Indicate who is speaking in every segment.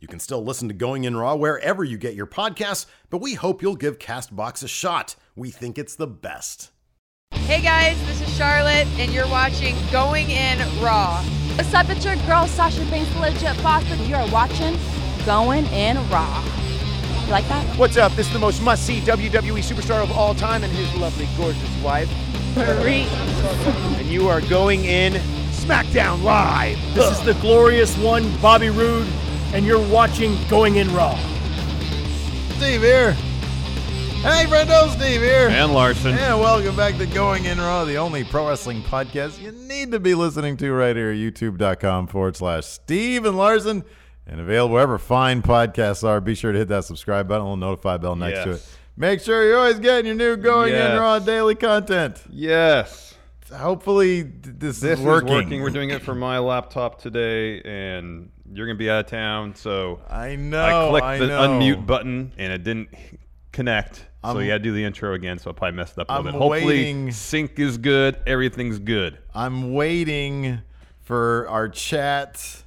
Speaker 1: You can still listen to Going In Raw wherever you get your podcasts, but we hope you'll give Castbox a shot. We think it's the best.
Speaker 2: Hey guys, this is Charlotte, and you're watching Going In Raw.
Speaker 3: What's up, it's your girl Sasha Banks, the legit boss, and you're watching Going In Raw. You like that?
Speaker 4: What's up? This is the most must see WWE E superstar of all time and his lovely, gorgeous wife.
Speaker 3: Marie.
Speaker 4: And you are going in SmackDown Live.
Speaker 5: This is the glorious one, Bobby Roode, and you're watching Going In Raw.
Speaker 6: Steve here. Hey, friendo, Steve here.
Speaker 7: And Larson.
Speaker 6: And welcome back to Going In Raw, the only pro wrestling podcast you need to be listening to right here, youtube.com forward slash Steve and Larson. And available wherever fine podcasts are. Be sure to hit that subscribe button, little notify bell next to it.
Speaker 7: Yes.
Speaker 6: Make sure you're always getting your new Going In
Speaker 7: Yes.
Speaker 6: Raw daily content.
Speaker 7: Yes.
Speaker 6: Hopefully, th- this,
Speaker 7: This
Speaker 6: is working.
Speaker 7: is working. We're doing it for my laptop today, and you're gonna be out of town, so
Speaker 6: I know.
Speaker 7: I clicked
Speaker 6: I
Speaker 7: the
Speaker 6: know.
Speaker 7: unmute button and it didn't connect. so
Speaker 6: I'm-
Speaker 7: you gotta do the intro again. So I probably messed up a little
Speaker 6: I'm
Speaker 7: bit. Hopefully,
Speaker 6: waiting.
Speaker 7: sync is good. Everything's good.
Speaker 6: I'm waiting for our chat.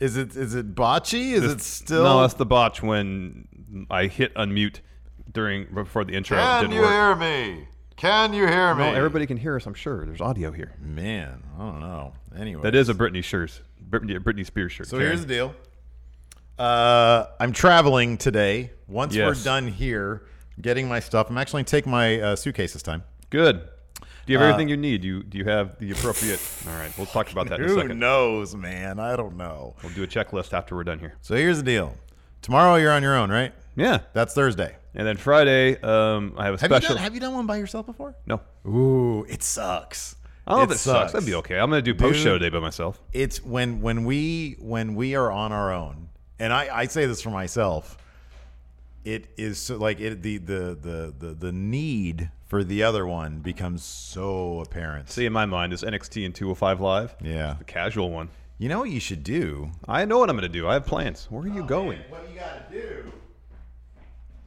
Speaker 6: Is it is it botchy? Is it
Speaker 7: This-
Speaker 6: still?
Speaker 7: No, that's the botch when I hit unmute during before the intro. it
Speaker 6: Can
Speaker 7: didn't
Speaker 6: you
Speaker 7: work.
Speaker 6: hear me? Can you hear me?
Speaker 7: No, everybody can hear us. I'm sure. There's audio here.
Speaker 6: Man, I don't know. Anyway,
Speaker 7: That is a Britney shirt. Britney, Britney Spears shirt.
Speaker 6: So
Speaker 7: Karen.
Speaker 6: here's the deal. Uh, I'm traveling today. Once
Speaker 7: Yes.
Speaker 6: we're done here, getting my stuff. I'm actually gonna take my uh, suitcase this time.
Speaker 7: Good. Do
Speaker 6: Uh,
Speaker 7: you have everything you need? You do you have the appropriate? All right, we'll talk about that in a
Speaker 6: Who
Speaker 7: second.
Speaker 6: knows, man? I don't know.
Speaker 7: We'll do a checklist after we're done here.
Speaker 6: So here's the deal. Tomorrow you're on your own, right?
Speaker 7: Yeah,
Speaker 6: That's Thursday.
Speaker 7: and then Friday, um, I have a
Speaker 6: Have you
Speaker 7: special.
Speaker 6: done, have you done one by yourself before?
Speaker 7: no,
Speaker 6: Ooh, it sucks.
Speaker 7: I don't know if it Oh, sucks. That'd be okay. I'm gonna do post show
Speaker 6: Dude.
Speaker 7: day by myself.
Speaker 6: It's when when we when we are on our own, and I, I say this for myself. It is so, like it the, the the the the need for the other one becomes so apparent.
Speaker 7: See, in my mind, is NXT and 205 Live.
Speaker 6: Yeah.
Speaker 7: the casual one.
Speaker 6: you know what you should do.
Speaker 7: I know what I'm gonna do. I have plans. Where are you
Speaker 6: Oh,
Speaker 7: going?
Speaker 6: What you got to do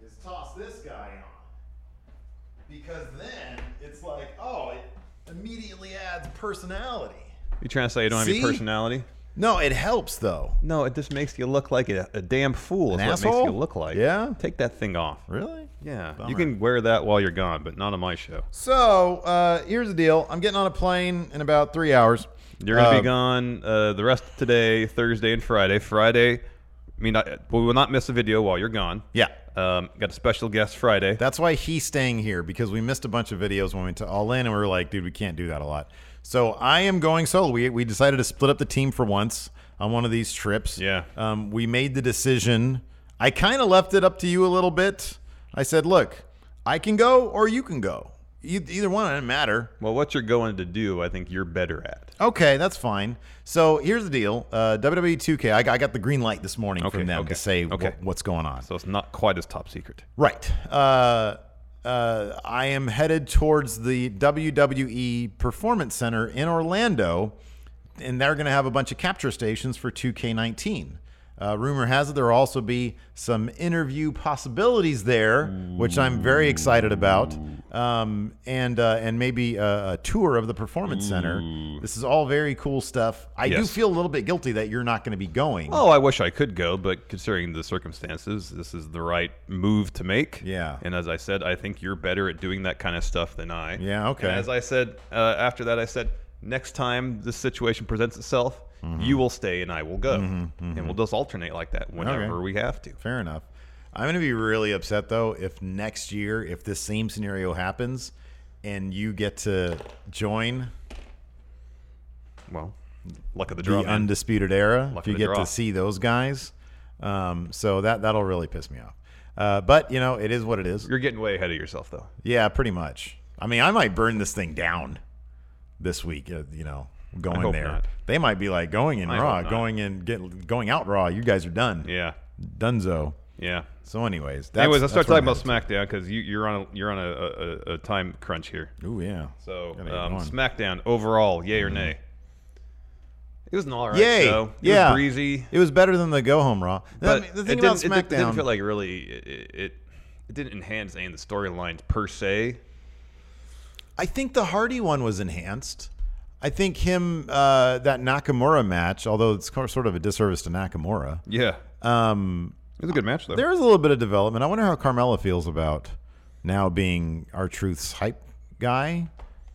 Speaker 6: is toss this guy on, because then it's like oh, it immediately adds personality.
Speaker 7: You trying to say you don't
Speaker 6: See?
Speaker 7: have any personality?
Speaker 6: No, it helps though.
Speaker 7: No, it just makes you look like a, a damn fool. is
Speaker 6: An
Speaker 7: what it makes
Speaker 6: asshole?
Speaker 7: you look like.
Speaker 6: Yeah?
Speaker 7: take that thing off.
Speaker 6: Really?
Speaker 7: Yeah,
Speaker 6: Bummer.
Speaker 7: you can wear that while you're gone, but not on my show.
Speaker 6: So uh, here's the deal. I'm getting on a plane in about three hours.
Speaker 7: You're gonna
Speaker 6: Uh,
Speaker 7: be gone uh, the rest of today, Thursday and Friday. Friday, I mean, I, we will not miss a video while you're gone.
Speaker 6: Yeah.
Speaker 7: Um, got a special guest Friday.
Speaker 6: That's why he's staying here because we missed a bunch of videos when we went to all in, and we were like, dude, we can't do that a lot. So I am going solo. We we decided to split up the team for once on one of these trips.
Speaker 7: Yeah.
Speaker 6: Um, we made the decision. I kind of left it up to you a little bit. I said, look, I can go or you can go. E- either one, it doesn't matter.
Speaker 7: well, what you're going to do, I think you're better at.
Speaker 6: Okay, that's fine. So here's the deal. Uh, WWE 2K, I got, I got the green light this morning
Speaker 7: Okay,
Speaker 6: from them
Speaker 7: okay,
Speaker 6: to say wh-
Speaker 7: okay.
Speaker 6: what's going on.
Speaker 7: So it's not quite as top secret.
Speaker 6: Right. Uh, uh, I am headed towards the WWE Performance Center in Orlando, and they're going to have a bunch of capture stations for 2K19. Uh, rumor has it there will also be some interview possibilities there, which I'm very excited about, um, and uh, and maybe a, a tour of the performance center. This is all very cool stuff. I do
Speaker 7: Yes.
Speaker 6: feel a little bit guilty that you're not going to be going.
Speaker 7: Oh, I wish I could go, but considering the circumstances, this is the right move to make.
Speaker 6: Yeah.
Speaker 7: And as I said, I think you're better at doing that kind of stuff than I.
Speaker 6: Yeah, okay.
Speaker 7: And as I said, uh, after that, I said, next time this situation presents itself,
Speaker 6: Mm-hmm.
Speaker 7: you will stay and I will go. And we'll just alternate like that whenever we have to.
Speaker 6: Fair enough. I'm going to be really upset though if next year, if this same scenario happens, and you get to join
Speaker 7: Well, luck of the
Speaker 6: the
Speaker 7: draw. man.
Speaker 6: undisputed era,
Speaker 7: Luck
Speaker 6: if you
Speaker 7: of the
Speaker 6: get
Speaker 7: draw.
Speaker 6: to see those guys. Um, so that that'll really piss me off. Uh, but you know, it is what it is.
Speaker 7: you're getting way ahead of yourself, though.
Speaker 6: Yeah, pretty much. I mean, I might burn this thing down this week. Uh, you know, going
Speaker 7: hope
Speaker 6: there,
Speaker 7: not.
Speaker 6: they might be like going in
Speaker 7: I
Speaker 6: raw,
Speaker 7: hope not.
Speaker 6: going in get going out raw. You guys are done.
Speaker 7: Yeah.
Speaker 6: Dunzo.
Speaker 7: Yeah.
Speaker 6: So, anyways, that's,
Speaker 7: Anyways, let's
Speaker 6: that's
Speaker 7: start
Speaker 6: where
Speaker 7: talking
Speaker 6: I'm
Speaker 7: about SmackDown because you, you're on a, you're on a, a, a- a time crunch here.
Speaker 6: at. Ooh, yeah.
Speaker 7: So
Speaker 6: Gotta get
Speaker 7: um,
Speaker 6: going. Mm-hmm.
Speaker 7: SmackDown overall, yay or nay? It was an all right
Speaker 6: Yay!
Speaker 7: show. It
Speaker 6: yeah,
Speaker 7: was breezy.
Speaker 6: It was better than the go home Raw. I
Speaker 7: But
Speaker 6: mean,
Speaker 7: it, didn't, it didn't- it didn't feel like it really it it, it didn't enhance any of the storylines per se.
Speaker 6: I think the Hardy one was enhanced. I think him uh, that Nakamura match, although it's co- sort of a disservice to Nakamura.
Speaker 7: Yeah,
Speaker 6: Um,
Speaker 7: it was a good match though.
Speaker 6: there was a little bit of development. I wonder how Carmella feels about now being our truth's hype guy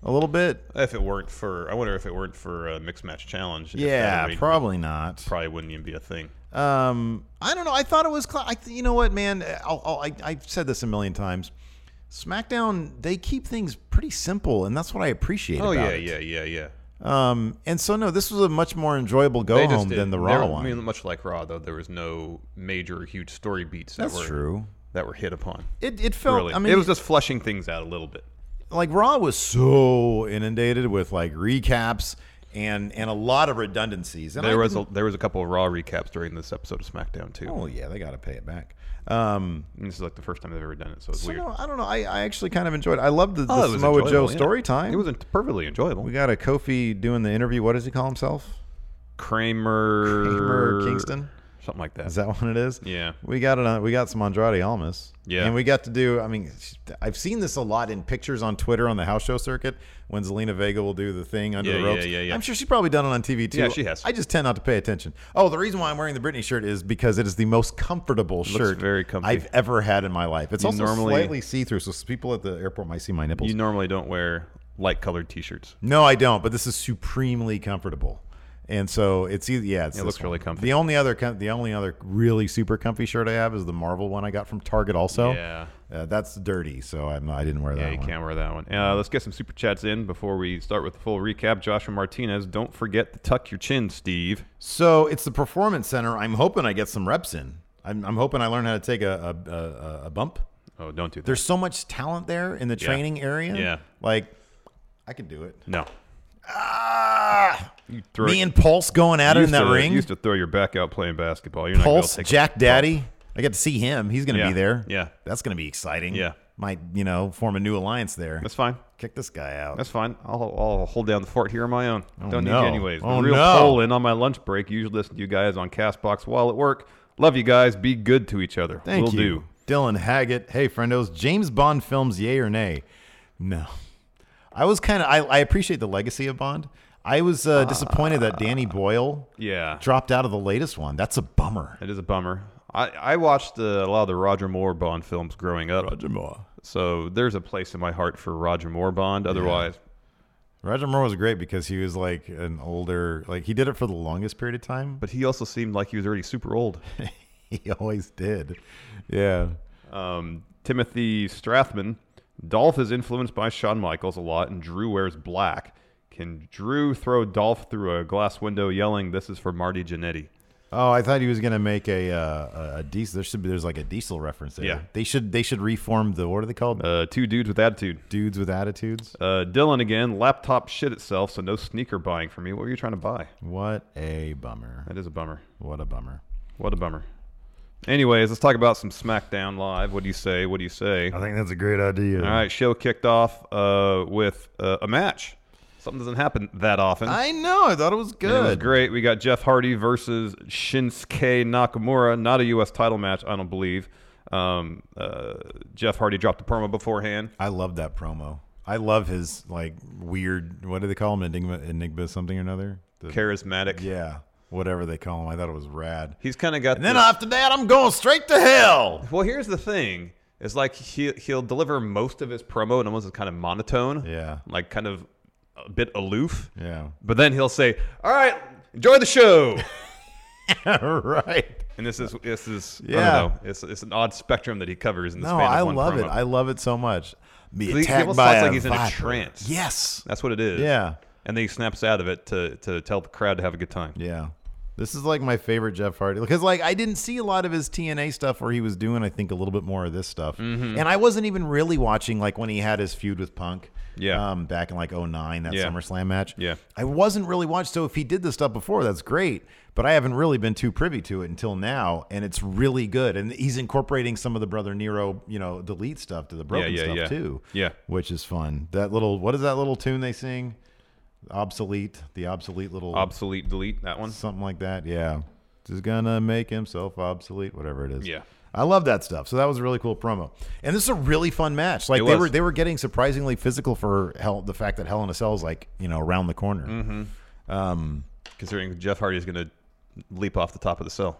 Speaker 6: a little bit.
Speaker 7: if it weren't for, I wonder if it weren't for a mixed match challenge. if that
Speaker 6: Yeah,
Speaker 7: would-
Speaker 6: probably not.
Speaker 7: probably wouldn't even be a thing.
Speaker 6: Um, I don't know. I thought it was. Cl- I, you know what, man? I'll, I'll, I, I've said this a million times. SmackDown, they keep things pretty simple, and that's what I appreciate.
Speaker 7: Oh
Speaker 6: about
Speaker 7: yeah,
Speaker 6: it.
Speaker 7: yeah, yeah, yeah.
Speaker 6: Um, and so no, this was a much more enjoyable go
Speaker 7: They just
Speaker 6: home
Speaker 7: did-
Speaker 6: than the
Speaker 7: there-
Speaker 6: Raw
Speaker 7: I
Speaker 6: one.
Speaker 7: mean, much like Raw though, there was no major huge story beats that
Speaker 6: That's
Speaker 7: were
Speaker 6: true.
Speaker 7: that were hit upon.
Speaker 6: It it felt.
Speaker 7: really,
Speaker 6: I mean,
Speaker 7: it was just flushing things out a little bit.
Speaker 6: like Raw was so inundated with like recaps and and a lot of redundancies. And I
Speaker 7: There was
Speaker 6: didn't-
Speaker 7: a, there was a couple of Raw recaps during this episode of SmackDown too.
Speaker 6: oh yeah, they got to pay it back. Um,
Speaker 7: And this is like the first time they've ever done it, so it's
Speaker 6: so
Speaker 7: weird.
Speaker 6: no, I don't know. I, I actually kind of enjoyed. It. I loved the, the
Speaker 7: Oh, it was
Speaker 6: Samoa Joe
Speaker 7: enjoyable, yeah.
Speaker 6: story time.
Speaker 7: It was en- perfectly enjoyable.
Speaker 6: we got a Kofi doing the interview. What does he call himself?
Speaker 7: Kramer,
Speaker 6: Kramer Kingston?
Speaker 7: something like that.
Speaker 6: Is that what it is?
Speaker 7: Yeah.
Speaker 6: We got it. On, we got some Andrade Almas.
Speaker 7: Yeah.
Speaker 6: And we got to do. I mean, I've seen this a lot in pictures on Twitter on the house show circuit when Zelina Vega will do the thing under
Speaker 7: Yeah,
Speaker 6: the
Speaker 7: yeah,
Speaker 6: ropes.
Speaker 7: yeah, yeah.
Speaker 6: I'm sure she's probably done it on TV too.
Speaker 7: Yeah, she has.
Speaker 6: I just tend not to pay attention. Oh, the reason why I'm wearing the Britney shirt is because it is the most comfortable shirt
Speaker 7: very comfy.
Speaker 6: I've ever had in my life. It's
Speaker 7: You
Speaker 6: also
Speaker 7: normally-
Speaker 6: slightly see-through, so people at the airport might see my nipples.
Speaker 7: you normally don't wear light colored T-shirts.
Speaker 6: No, I don't. But this is supremely comfortable, and so it's easy. Yeah, it's
Speaker 7: It
Speaker 6: this
Speaker 7: looks
Speaker 6: one.
Speaker 7: really comfy.
Speaker 6: The only other com- the only other really super comfy shirt I have is the Marvel one I got from Target. Also,
Speaker 7: Yeah.
Speaker 6: uh, that's dirty, so I'm not, I didn't wear
Speaker 7: Yeah,
Speaker 6: that
Speaker 7: you
Speaker 6: one.
Speaker 7: can't wear that one. Uh, let's get some super chats in before we start with the full recap. Joshua Martinez, don't forget to tuck your chin, Steve.
Speaker 6: So it's the Performance Center. I'm hoping I get some reps in. I'm, I'm hoping I learn how to take a a, a- a a bump.
Speaker 7: Oh, don't do that.
Speaker 6: There's so much talent there in the training area.
Speaker 7: Yeah.
Speaker 6: like I could do it.
Speaker 7: no.
Speaker 6: Ah,
Speaker 7: throw
Speaker 6: me
Speaker 7: it-
Speaker 6: and Pulse going at
Speaker 7: You
Speaker 6: it in
Speaker 7: used
Speaker 6: that
Speaker 7: to-
Speaker 6: ring.
Speaker 7: You used to throw your back out playing basketball. You're not gonna be able to
Speaker 6: Pulse,
Speaker 7: take-
Speaker 6: Jack Daddy. I got to see him. He's going to
Speaker 7: Yeah,
Speaker 6: be there.
Speaker 7: yeah.
Speaker 6: That's going to be exciting.
Speaker 7: Yeah.
Speaker 6: Might, you know, form a new alliance there.
Speaker 7: That's fine.
Speaker 6: Kick this guy out.
Speaker 7: That's fine. I'll, I'll hold down the fort here on my own. Don't
Speaker 6: no.
Speaker 7: need you anyways. The
Speaker 6: Oh,
Speaker 7: real
Speaker 6: no.
Speaker 7: poll in on my lunch break. Usually listen to you guys on Castbox while at work. Love you guys. Be good to each other.
Speaker 6: Thank
Speaker 7: Will
Speaker 6: you.
Speaker 7: do.
Speaker 6: Dylan Haggett. Hey, friendos. James Bond films, yay or nay? No. I was kind of, I, I appreciate the legacy of Bond. I was uh, disappointed that Danny Boyle
Speaker 7: Yeah.
Speaker 6: dropped out of the latest one. That's a bummer.
Speaker 7: It is a bummer. I, I watched uh, a lot of the Roger Moore Bond films growing up.
Speaker 6: Roger Moore.
Speaker 7: So there's a place in my heart for Roger Moore Bond. Otherwise,
Speaker 6: Roger Moore was great because he was like an older, like he did it for the longest period of time,
Speaker 7: but he also seemed like he was already super old.
Speaker 6: he always did. Yeah.
Speaker 7: Um, Timothy Strathman. Dolph is influenced by Shawn Michaels a lot, and Drew wears black. Can Drew throw Dolph through a glass window yelling, This is for Marty Jannetty?
Speaker 6: Oh, I thought he was gonna make a uh, a, a diesel. There should be there's like a diesel reference there.
Speaker 7: Yeah.
Speaker 6: they should they should reform the what are they called?
Speaker 7: Uh, two dudes with attitude.
Speaker 6: Dudes with attitudes.
Speaker 7: Uh, Dylan again, laptop shit itself, so no sneaker buying for me. What were you trying to buy?
Speaker 6: What a bummer.
Speaker 7: That is a bummer.
Speaker 6: What a bummer.
Speaker 7: What a bummer. Anyways, let's talk about some SmackDown Live. What do you say? What do you say?
Speaker 6: Uh, I think that's a great idea.
Speaker 7: All right, show kicked off uh, with uh, a match. Something doesn't happen that often.
Speaker 6: I know. I thought it was
Speaker 7: And It was
Speaker 6: good.
Speaker 7: great. We got Jeff Hardy versus Shinsuke Nakamura. Not a U.S. title match, I don't believe. Um, uh, Jeff Hardy dropped a promo beforehand.
Speaker 6: I love that promo. I love his like weird. What do they call him? Enigma, enigma, something or another. The-
Speaker 7: Charismatic.
Speaker 6: yeah, whatever they call him. I thought it was rad.
Speaker 7: He's kind of got.
Speaker 6: And then
Speaker 7: this-
Speaker 6: after that, I'm going straight to hell.
Speaker 7: well, here's the thing: is like he he'll deliver most of his promo and almost is kind of monotone.
Speaker 6: Yeah.
Speaker 7: Like kind of a bit aloof.
Speaker 6: Yeah.
Speaker 7: But then he'll say, "All right, enjoy the show."
Speaker 6: right.
Speaker 7: and this is this is
Speaker 6: Yeah.
Speaker 7: I don't know. It's it's an odd spectrum that he covers in the
Speaker 6: No,
Speaker 7: span of
Speaker 6: I
Speaker 7: one
Speaker 6: love it.
Speaker 7: promo.
Speaker 6: I love it so much. Be
Speaker 7: He- he
Speaker 6: attacked
Speaker 7: almost
Speaker 6: by
Speaker 7: talks
Speaker 6: a
Speaker 7: like he's in a
Speaker 6: viper.
Speaker 7: trance.
Speaker 6: Yes.
Speaker 7: That's what it is.
Speaker 6: Yeah.
Speaker 7: And then he snaps out of it to, to tell the crowd to have a good time.
Speaker 6: Yeah. This is like my favorite Jeff Hardy because like I didn't see a lot of his TNA stuff where he was doing I think a little bit more of this stuff.
Speaker 7: Mm-hmm.
Speaker 6: And I wasn't even really watching like when he had his feud with Punk.
Speaker 7: Yeah.
Speaker 6: Um back in like 09 that
Speaker 7: Yeah.
Speaker 6: SummerSlam match.
Speaker 7: Yeah.
Speaker 6: I wasn't really watched so if he did this stuff before that's great, but I haven't really been too privy to it until now and it's really good and he's incorporating some of the brother Nero, you know, delete stuff to the broken
Speaker 7: yeah,
Speaker 6: stuff
Speaker 7: yeah.
Speaker 6: too.
Speaker 7: Yeah.
Speaker 6: Which is fun. That little what is that little tune they sing? Obsolete, the obsolete little
Speaker 7: Obsolete delete that one.
Speaker 6: something like that. Yeah, just gonna make himself obsolete, whatever it is.
Speaker 7: Yeah.
Speaker 6: I love that stuff. So that was a really cool promo, and this is a really fun match. Like
Speaker 7: It
Speaker 6: they
Speaker 7: was.
Speaker 6: were they were getting surprisingly physical for hell. The fact that Hell in a Cell is like you know around the corner.
Speaker 7: Mm-hmm.
Speaker 6: Um,
Speaker 7: Considering Jeff Hardy is going to leap off the top of the cell.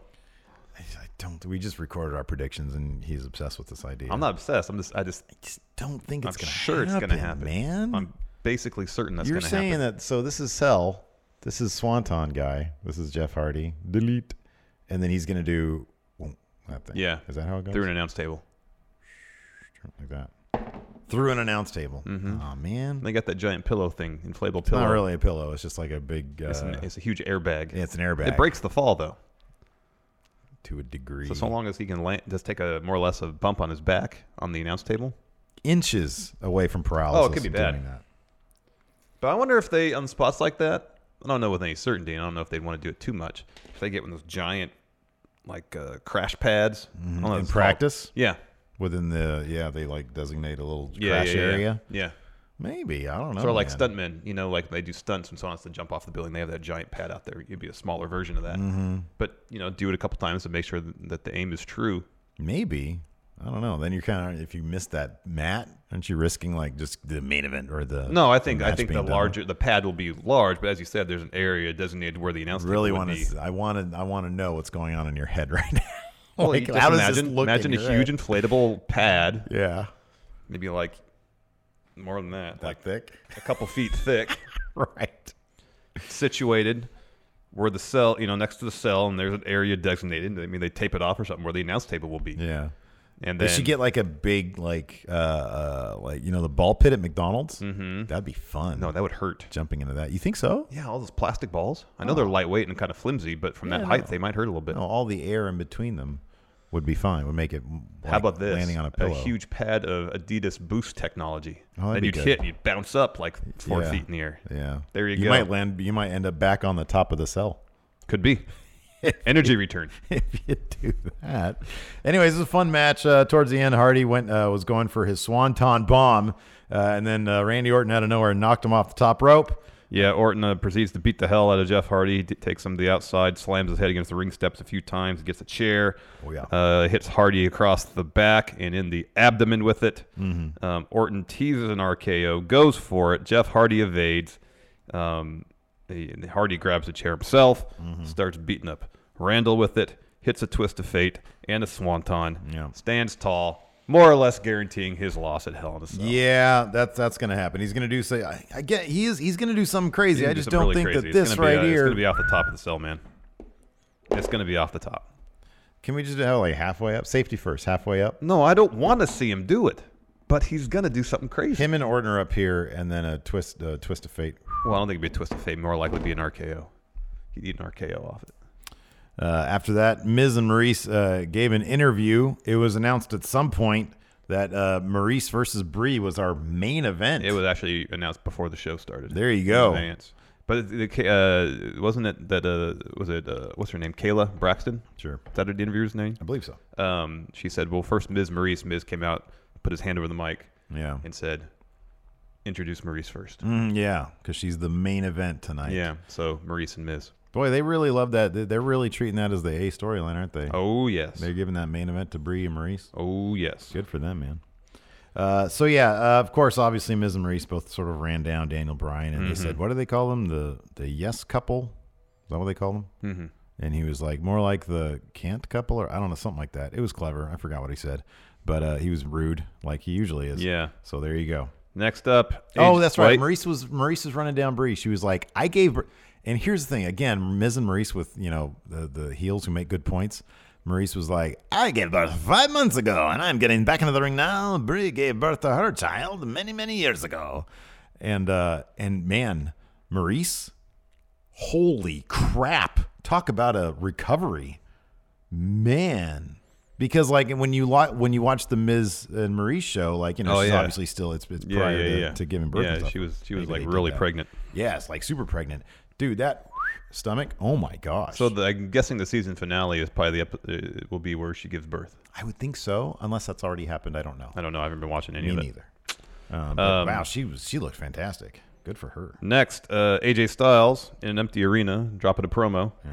Speaker 6: I I don't. We just recorded our predictions, and he's obsessed with this idea.
Speaker 7: I'm not obsessed. I'm just I just
Speaker 6: Just don't think
Speaker 7: I'm
Speaker 6: it's gonna.
Speaker 7: sure it's
Speaker 6: happen,
Speaker 7: going to happen.
Speaker 6: man.
Speaker 7: I'm basically certain that's
Speaker 6: You're
Speaker 7: going to happen.
Speaker 6: saying that. So this is Cell. This is Swanton guy. This is Jeff Hardy. Delete, and then he's gonna do. That thing.
Speaker 7: Yeah.
Speaker 6: Is that how it goes?
Speaker 7: Through an announce table.
Speaker 6: like that. Through an announce table. Oh man,
Speaker 7: And they got that giant pillow thing, inflatable Mm-hmm.
Speaker 6: it's
Speaker 7: pillow.
Speaker 6: not really a pillow. It's just like a big. Uh,
Speaker 7: It's, an, it's a huge airbag.
Speaker 6: yeah, it's an airbag.
Speaker 7: It breaks the fall though.
Speaker 6: to a degree.
Speaker 7: So so long as he can land, just take a more or less a bump on his back on the announce table.
Speaker 6: inches away from paralysis.
Speaker 7: Oh, it could be
Speaker 6: of
Speaker 7: bad.
Speaker 6: Doing that.
Speaker 7: But I wonder if they on spots like that. I don't know with any certainty. and I don't know if they'd want to do it too much. If they get one of those giant, like uh, crash pads I don't know what
Speaker 6: Mm-hmm. In
Speaker 7: it's called.
Speaker 6: practice,
Speaker 7: Yeah.
Speaker 6: within the yeah, they like designate a little
Speaker 7: Yeah.
Speaker 6: crash
Speaker 7: yeah, yeah,
Speaker 6: area.
Speaker 7: Yeah. yeah.
Speaker 6: Maybe I don't know.
Speaker 7: Sort of like
Speaker 6: man.
Speaker 7: stuntmen, you know, like they do stunts when someone has to jump off the building. They have that giant pad out there. It'd be a smaller version of that.
Speaker 6: Mm-hmm.
Speaker 7: But you know, do it a couple times to make sure that that the aim is true.
Speaker 6: Maybe I don't know. Then you're kind of if you miss that mat, aren't you risking like just the main event or the
Speaker 7: No, I think
Speaker 6: the
Speaker 7: I
Speaker 6: match
Speaker 7: think the
Speaker 6: being done?
Speaker 7: larger the pad will be large, but as you said, there's an area designated where the announcement
Speaker 6: Really
Speaker 7: want
Speaker 6: want to. I want to. I want to know what's going on in your head right now.
Speaker 7: Well,
Speaker 6: Like,
Speaker 7: you just
Speaker 6: how does this
Speaker 7: imagine,
Speaker 6: look in
Speaker 7: imagine a
Speaker 6: your
Speaker 7: huge
Speaker 6: head?
Speaker 7: inflatable pad
Speaker 6: yeah,
Speaker 7: maybe like more than that, like
Speaker 6: like thick,
Speaker 7: a couple feet thick,
Speaker 6: right?
Speaker 7: situated where the cell, you know, next to the cell, and there's an area designated. I mean, they tape it off or something where the announce table will be.
Speaker 6: Yeah.
Speaker 7: And
Speaker 6: They
Speaker 7: then
Speaker 6: should get like a big like uh, uh like you know the ball pit at McDonald's. Mm-hmm. That'd be fun.
Speaker 7: no, that would hurt.
Speaker 6: jumping into that. You think so?
Speaker 7: Yeah, all those plastic balls. I know they're lightweight and kind of flimsy, but from that height, they might hurt a little bit.
Speaker 6: Oh. No, Oh, all the air in between them would be fine. Would make it.
Speaker 7: How about this?
Speaker 6: Landing on a pillow.
Speaker 7: huge pad of Adidas Boost technology.
Speaker 6: Oh, that'd
Speaker 7: then
Speaker 6: be
Speaker 7: you'd
Speaker 6: good.
Speaker 7: hit, and you'd bounce up like four
Speaker 6: Yeah.
Speaker 7: feet in the air.
Speaker 6: Yeah.
Speaker 7: There you
Speaker 6: You
Speaker 7: go.
Speaker 6: might land. You might end up back on the top of the cell.
Speaker 7: Could be. Energy return.
Speaker 6: if you do that. Anyways, it was a fun match. Uh, towards the end, Hardy went uh, was going for his swanton bomb, uh, and then uh, Randy Orton out of nowhere knocked him off the top rope.
Speaker 7: Yeah, Orton uh, proceeds to beat the hell out of Jeff Hardy. D- takes him to the outside, slams his head against the ring steps a few times, gets a chair.
Speaker 6: Oh, yeah.
Speaker 7: Uh, hits Hardy across the back and in the abdomen with it.
Speaker 6: Mm-hmm.
Speaker 7: Um, Orton teases an RKO, goes for it. Jeff Hardy evades. Um, he- and Hardy grabs a chair himself,
Speaker 6: Mm-hmm.
Speaker 7: starts beating up Randall with it, hits a twist of fate and a swanton.
Speaker 6: Yeah.
Speaker 7: Stands tall, more or less guaranteeing his loss at Hell in a Cell.
Speaker 6: Yeah, that's that's gonna happen. He's gonna do say I, I get he is he's gonna do something crazy.
Speaker 7: gonna
Speaker 6: I
Speaker 7: do
Speaker 6: just
Speaker 7: something
Speaker 6: don't
Speaker 7: really
Speaker 6: think
Speaker 7: crazy.
Speaker 6: that
Speaker 7: It's
Speaker 6: this
Speaker 7: gonna be,
Speaker 6: right
Speaker 7: uh, It's
Speaker 6: here.
Speaker 7: going to be off the top of the cell, man. It's going to be off the top.
Speaker 6: Can we just have like halfway up? Safety first, halfway up.
Speaker 7: No, I don't want to see him do it, but he's going to do something crazy.
Speaker 6: Him and Orton are up here, and then a twist uh, twist of fate.
Speaker 7: Well, I don't think it'd be a twist of fate. More likely to be an RKO. He'd eat an RKO off it.
Speaker 6: Uh, after that, Miz and Maurice uh, gave an interview. It was announced at some point that uh, Maurice versus Brie was our main event.
Speaker 7: It was actually announced before the show started.
Speaker 6: There you
Speaker 7: in
Speaker 6: go.
Speaker 7: advance. But the, uh, wasn't it that uh, was it uh, what's her name? Kayla Braxton.
Speaker 6: Sure.
Speaker 7: Is that the interviewer's name?
Speaker 6: I believe so.
Speaker 7: um, she said, "Well, first Ms. Maurice, Ms. came out, put his hand over the mic,
Speaker 6: Yeah.
Speaker 7: and said, introduce Maurice first.
Speaker 6: Mm, yeah, because she's the main event tonight.
Speaker 7: Yeah, so Maurice and Miz.
Speaker 6: Boy, they really love that. They- They're really treating that as the A storyline, aren't they?
Speaker 7: Oh yes.
Speaker 6: They're giving that main event to Brie and Maurice.
Speaker 7: Oh yes.
Speaker 6: Good for them, man. Uh, so yeah, uh, of course, obviously, Miz and Maurice both sort of ran down Daniel Bryan, and they said, "What do they call them? The the yes couple? Is that what they call them?" Mm-hmm. And he was like, "More like the can't couple, or I don't know, something like that." It was clever. I forgot what he said, but uh, he was rude, like he usually is.
Speaker 7: Yeah.
Speaker 6: So there you go.
Speaker 7: Next up.
Speaker 6: Oh,
Speaker 7: Age-
Speaker 6: that's right.
Speaker 7: wait.
Speaker 6: Maurice was Maurice was running down Bree. She was like, "I gave." Br-. And here's the thing: again, Miz and Maurice with you know the the heels who make good points. Maurice was like, "I gave birth five months ago, and I'm getting back into the ring now." Bree gave birth to her child many many years ago, and uh, and man, Maurice, holy crap! Talk about a recovery, man. Because like when you lo- when you watch the Miz and Maurice show, like you know
Speaker 7: Oh,
Speaker 6: she's
Speaker 7: yeah.
Speaker 6: obviously still it's it's
Speaker 7: Yeah,
Speaker 6: prior
Speaker 7: yeah,
Speaker 6: to,
Speaker 7: yeah.
Speaker 6: to giving birth.
Speaker 7: Yeah,
Speaker 6: and stuff.
Speaker 7: she was- she was,
Speaker 6: Maybe
Speaker 7: like,
Speaker 6: they did
Speaker 7: really
Speaker 6: that.
Speaker 7: pregnant.
Speaker 6: Yes, like super pregnant, dude. That stomach, oh my gosh.
Speaker 7: So the, I'm guessing the season finale is probably the ep- uh, will be where she gives birth.
Speaker 6: I would think so, unless that's already happened. I don't know.
Speaker 7: I don't know. I haven't been watching any
Speaker 6: Me
Speaker 7: of it.
Speaker 6: neither. Um, but wow, she was she looked fantastic. Good for her.
Speaker 7: Next, uh, AJ Styles in an empty arena, dropping a promo.
Speaker 6: Yeah.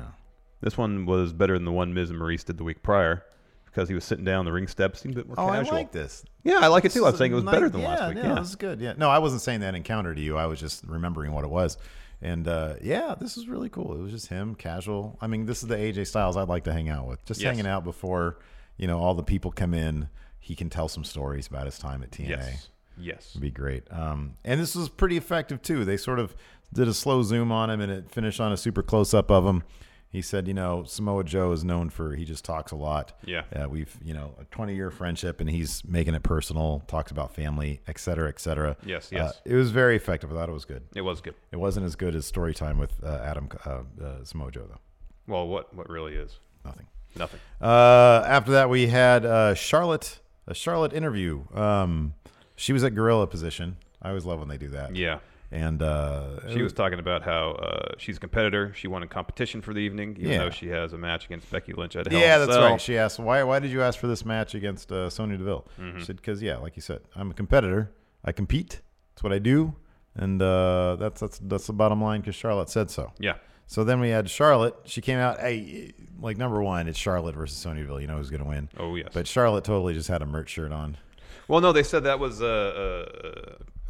Speaker 7: This one was better than the one Miz and Maurice did the week prior because he was sitting down. The ring steps seemed a bit more
Speaker 6: Oh,
Speaker 7: casual.
Speaker 6: I like this.
Speaker 7: Yeah, I like it too. I was
Speaker 6: This is
Speaker 7: saying it was
Speaker 6: nice-
Speaker 7: better than
Speaker 6: yeah,
Speaker 7: last week.
Speaker 6: No,
Speaker 7: Yeah.
Speaker 6: it was good. Yeah. No, I wasn't saying that encounter to you. I was just remembering what it was. And uh, yeah, this is really cool. It was just him, casual. I mean, this is the AJ Styles I'd like to hang out with. Just
Speaker 7: Yes.
Speaker 6: hanging out before, you know, all the people come in. He can tell some stories about his time at TNA.
Speaker 7: Yes. Yes.
Speaker 6: It'd be great. Um, and this was pretty effective too. They sort of did a slow zoom on him, and it finished on a super close up of him. He said, "You know, Samoa Joe is known for he just talks a lot.
Speaker 7: Yeah.
Speaker 6: uh, we've you know a twenty year friendship, and he's making it personal. Talks about family, et cetera, et cetera.
Speaker 7: Yes,
Speaker 6: Uh,
Speaker 7: yes.
Speaker 6: it was very effective. I thought it was good.
Speaker 7: It was good.
Speaker 6: It wasn't as good as story time with uh, Adam uh, uh, Samoa Joe though.
Speaker 7: Well, what what really is
Speaker 6: Nothing.
Speaker 7: nothing.
Speaker 6: Uh, after that, we had uh, Charlotte, a Charlotte interview. Um, she was at gorilla position. I always love when they do that.
Speaker 7: Yeah.
Speaker 6: And uh,
Speaker 7: She was talking about how uh, she's a competitor. She won a competition for the evening, even
Speaker 6: Yeah.
Speaker 7: though she has a match against Becky Lynch at Hell in
Speaker 6: yeah,
Speaker 7: a
Speaker 6: that's
Speaker 7: Cell.
Speaker 6: right. She asked, "Why? Why did you ask for this match against uh, Sonya Deville?"
Speaker 7: Mm-hmm.
Speaker 6: She said, "Because yeah, like you said, I'm a competitor. I compete. That's what I do, and uh, that's that's that's the bottom line. Because Charlotte said so.
Speaker 7: Yeah.
Speaker 6: So then we had Charlotte. She came out. Hey, like number one, it's Charlotte versus Sonya Deville. You know who's gonna win?
Speaker 7: Oh, yes.
Speaker 6: But Charlotte totally just had a merch shirt on.
Speaker 7: Well, no, they said that was uh,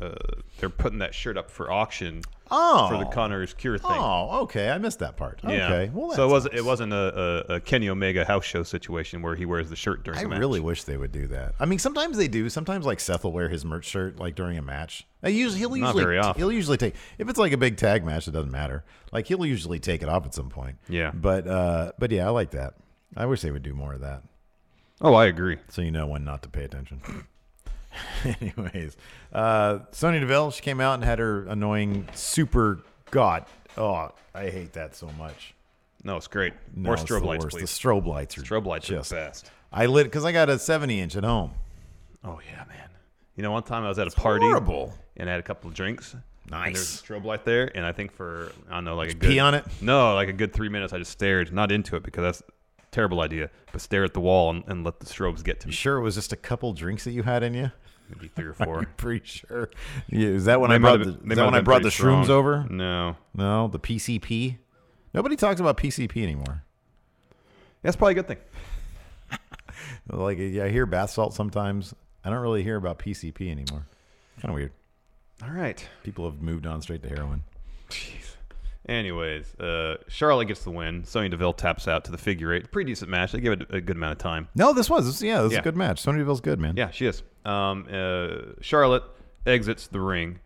Speaker 7: uh, uh, they're putting that shirt up for auction
Speaker 6: Oh,
Speaker 7: for the Connors Cure thing.
Speaker 6: Oh, okay. I missed that part.
Speaker 7: Yeah.
Speaker 6: Okay. Well,
Speaker 7: so it
Speaker 6: that's
Speaker 7: was
Speaker 6: nice.
Speaker 7: it wasn't a, a, a Kenny Omega house show situation where he wears the shirt during
Speaker 6: I
Speaker 7: the match.
Speaker 6: really wish they would do that. I mean, sometimes they do. Sometimes like Seth will wear his merch shirt like during a match. They usually he'll
Speaker 7: Not
Speaker 6: usually
Speaker 7: very often.
Speaker 6: he'll usually take if it's like a big tag match, it doesn't matter. Like he'll usually take it off at some point.
Speaker 7: Yeah.
Speaker 6: But uh, but yeah, I like that. I wish they would do more of that.
Speaker 7: Oh, I agree.
Speaker 6: so you know when not to pay attention. Anyways, uh, Sonya Deville, she came out and had her annoying super god. Oh, I hate that so much.
Speaker 7: No, it's great.
Speaker 6: No,
Speaker 7: More
Speaker 6: it's the
Speaker 7: strobe lights,
Speaker 6: worst.
Speaker 7: please.
Speaker 6: The strobe lights are
Speaker 7: strobe lights
Speaker 6: just
Speaker 7: are the best.
Speaker 6: I lit because I got a 70 inch at home.
Speaker 7: Oh yeah, man. You know, one time I was at a party
Speaker 6: horrible.
Speaker 7: and I had a couple of drinks. And
Speaker 6: Nice.
Speaker 7: there's a strobe light there, and I think for I don't know, like a
Speaker 6: pee
Speaker 7: good,
Speaker 6: on it?
Speaker 7: No, like a good three minutes, I just stared, not into it because that's a terrible idea. But stare at the wall and, and let the strobes get to
Speaker 6: You
Speaker 7: me.
Speaker 6: sure it was just a couple drinks that you had in you?
Speaker 7: Maybe three or four.
Speaker 6: Pretty sure. Yeah, is that when
Speaker 7: They
Speaker 6: I
Speaker 7: might have-
Speaker 6: brought the,
Speaker 7: they
Speaker 6: is
Speaker 7: might
Speaker 6: that
Speaker 7: have
Speaker 6: when I
Speaker 7: been
Speaker 6: brought the
Speaker 7: pretty
Speaker 6: shrooms
Speaker 7: strong. Mm.
Speaker 6: over?
Speaker 7: No,
Speaker 6: No, the PCP. Nobody talks about PCP anymore.
Speaker 7: that's probably a good thing.
Speaker 6: Like I hear bath salt sometimes. I don't really hear about PCP anymore. Kind of weird.
Speaker 7: All right.
Speaker 6: People have moved on straight to heroin.
Speaker 7: Anyways, uh, Charlotte gets the win. Sonya Deville taps out to the figure eight. Pretty decent match. They gave it a good amount of time.
Speaker 6: No, this was this, yeah, this is
Speaker 7: Yeah.
Speaker 6: a good match. Sonya Deville's good, man.
Speaker 7: Yeah, she is. Um, uh, Charlotte exits the ring,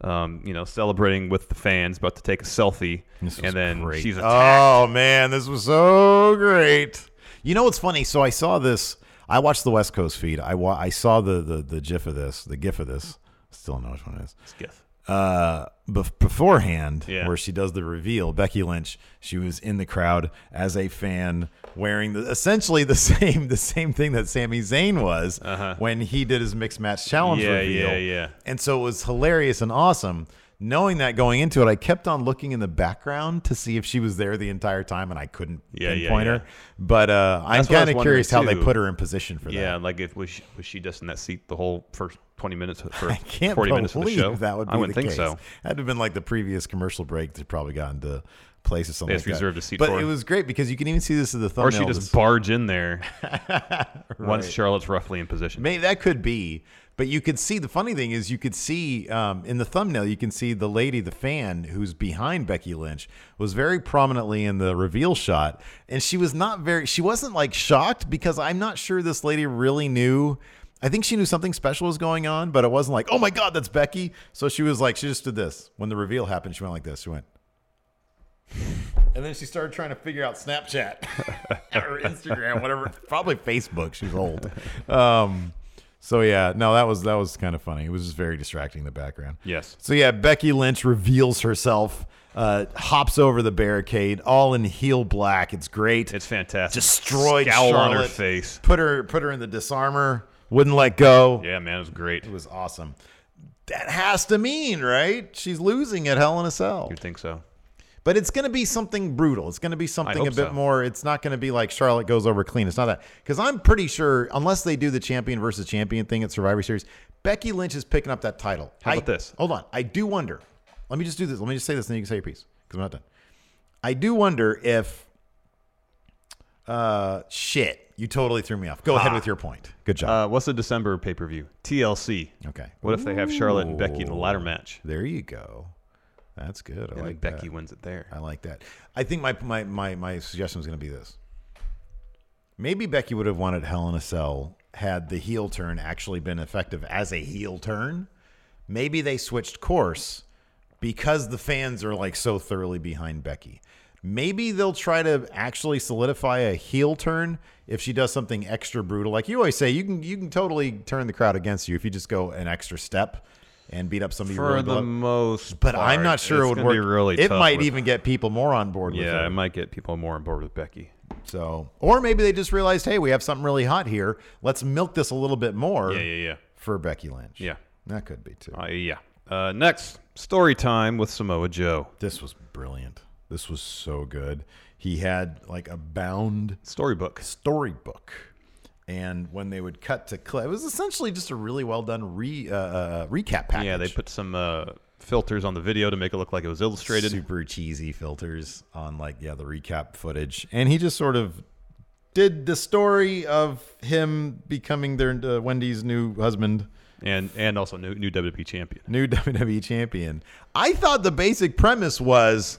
Speaker 7: um, you know, celebrating with the fans, about to take a selfie,
Speaker 6: This was
Speaker 7: and then
Speaker 6: great.
Speaker 7: she's attacked.
Speaker 6: Oh man, this was so great. You know what's funny? So I saw this. I watched the West Coast feed. I wa- I saw the the the gif of this, the gif of this. Still don't know which one it is.
Speaker 7: Skiff.
Speaker 6: Uh, bef- beforehand,
Speaker 7: Yeah.
Speaker 6: where she does the reveal, Becky Lynch, she was in the crowd as a fan, wearing the, essentially the same the same thing that Sami Zayn was when he did his mixed match challenge
Speaker 7: Uh-huh. Yeah,
Speaker 6: reveal.
Speaker 7: yeah, yeah.
Speaker 6: And so it was hilarious and awesome. Knowing that going into it, I kept on looking in the background to see if she was there the entire time, and I couldn't
Speaker 7: Yeah, yeah,
Speaker 6: pinpoint
Speaker 7: yeah.
Speaker 6: her. But uh,
Speaker 7: That's
Speaker 6: I'm
Speaker 7: what I was
Speaker 6: kind of
Speaker 7: wondering,
Speaker 6: curious how they
Speaker 7: too.
Speaker 6: put her in position for that.
Speaker 7: Yeah, like if was she, was she just in that seat the whole first 20 minutes for
Speaker 6: I can't
Speaker 7: 40 minutes of the
Speaker 6: believe
Speaker 7: show.
Speaker 6: that would be
Speaker 7: I wouldn't
Speaker 6: the
Speaker 7: think
Speaker 6: case.
Speaker 7: so.
Speaker 6: That'd have been like the previous commercial break. They'd probably gotten to place or something.
Speaker 7: They just
Speaker 6: like that.
Speaker 7: reserved a seat
Speaker 6: But
Speaker 7: for
Speaker 6: it
Speaker 7: him.
Speaker 6: was great because you can even see this in the thumbnail.
Speaker 7: Or she
Speaker 6: This-
Speaker 7: just barge in there once
Speaker 6: Right.
Speaker 7: Charlotte's roughly in position.
Speaker 6: Maybe that could be. But you could see the funny thing is you could see um, in the thumbnail you can see the lady, the fan who's behind Becky Lynch, was very prominently in the reveal shot, and she was not very. She wasn't like shocked because I'm not sure this lady really knew. I think she knew something special was going on, but it wasn't like, oh my god, that's Becky. So she was like, she just did this when the reveal happened. She went like this. She went. And then she started trying to figure out Snapchat or Instagram, whatever. Probably Facebook. She's old. Um, so yeah, no, that was that was kind of funny. It was just very distracting in the background.
Speaker 7: Yes.
Speaker 6: So yeah, Becky Lynch reveals herself, uh, hops over the barricade, all in heel black. It's great.
Speaker 7: It's fantastic.
Speaker 6: destroyed
Speaker 7: Scowl
Speaker 6: Charlotte,
Speaker 7: on her face.
Speaker 6: Put her put her in the disarmer. Wouldn't let go.
Speaker 7: Yeah, man, it was great.
Speaker 6: It was awesome. That has to mean, right? She's losing at Hell in a Cell.
Speaker 7: You'd think so.
Speaker 6: But it's going to be something brutal. It's going to be something
Speaker 7: hope
Speaker 6: a bit
Speaker 7: so.
Speaker 6: more. It's not going to be like Charlotte goes over clean. It's not that. Because I'm pretty sure, unless they do the champion versus champion thing at Survivor Series, Becky Lynch is picking up that title.
Speaker 7: How about
Speaker 6: I-
Speaker 7: this?
Speaker 6: Hold on. I do wonder. Let me just do this. Let me just say this, and then you can say your piece because I'm not done. I do wonder if. Uh, shit. You totally threw me off. Go ahead with your point. Good job.
Speaker 7: Ah. Uh, what's the December pay per view? TLC.
Speaker 6: Okay.
Speaker 7: What if they have Charlotte and Becky in the ladder match?
Speaker 6: There you go. That's good. I
Speaker 7: And
Speaker 6: like
Speaker 7: then Becky
Speaker 6: that. Uh,
Speaker 7: wins it there.
Speaker 6: I like that. I think my my my, my suggestion is going to be this. Maybe Becky would have wanted Hell in a Cell had the heel turn actually been effective as a heel turn. Maybe they switched course because the fans are like so thoroughly behind Becky. Maybe they'll try to actually solidify a heel turn if she does something extra brutal. Like you always say, you can you can totally turn the crowd against you if you just go an extra step and beat up somebody. you
Speaker 7: For
Speaker 6: really
Speaker 7: the
Speaker 6: love.
Speaker 7: most
Speaker 6: But I'm
Speaker 7: part,
Speaker 6: not sure
Speaker 7: it's
Speaker 6: it would
Speaker 7: gonna
Speaker 6: work.
Speaker 7: Be really
Speaker 6: it
Speaker 7: tough
Speaker 6: might
Speaker 7: with-
Speaker 6: even get people more on board with
Speaker 7: Yeah,
Speaker 6: it.
Speaker 7: it might get people more on board with Becky.
Speaker 6: So, or maybe they just realized, hey, we have something really hot here. Let's milk this a little bit more.
Speaker 7: Yeah, yeah, yeah.
Speaker 6: For Becky Lynch.
Speaker 7: Yeah.
Speaker 6: that could be too.
Speaker 7: Uh, yeah. Uh, next, story time with Samoa Joe.
Speaker 6: this was brilliant. This was so good. He had like a bound
Speaker 7: Storybook.
Speaker 6: storybook. And when they would cut to clip, it was essentially just a really well done re, uh, uh, recap package.
Speaker 7: Yeah, they put some uh, filters on the video to make it look like it was illustrated.
Speaker 6: super cheesy filters on like yeah the recap footage and he just sort of did the story of him becoming their uh, Wendy's new husband
Speaker 7: And and also new, new WWE champion.
Speaker 6: new WWE champion I thought the basic premise was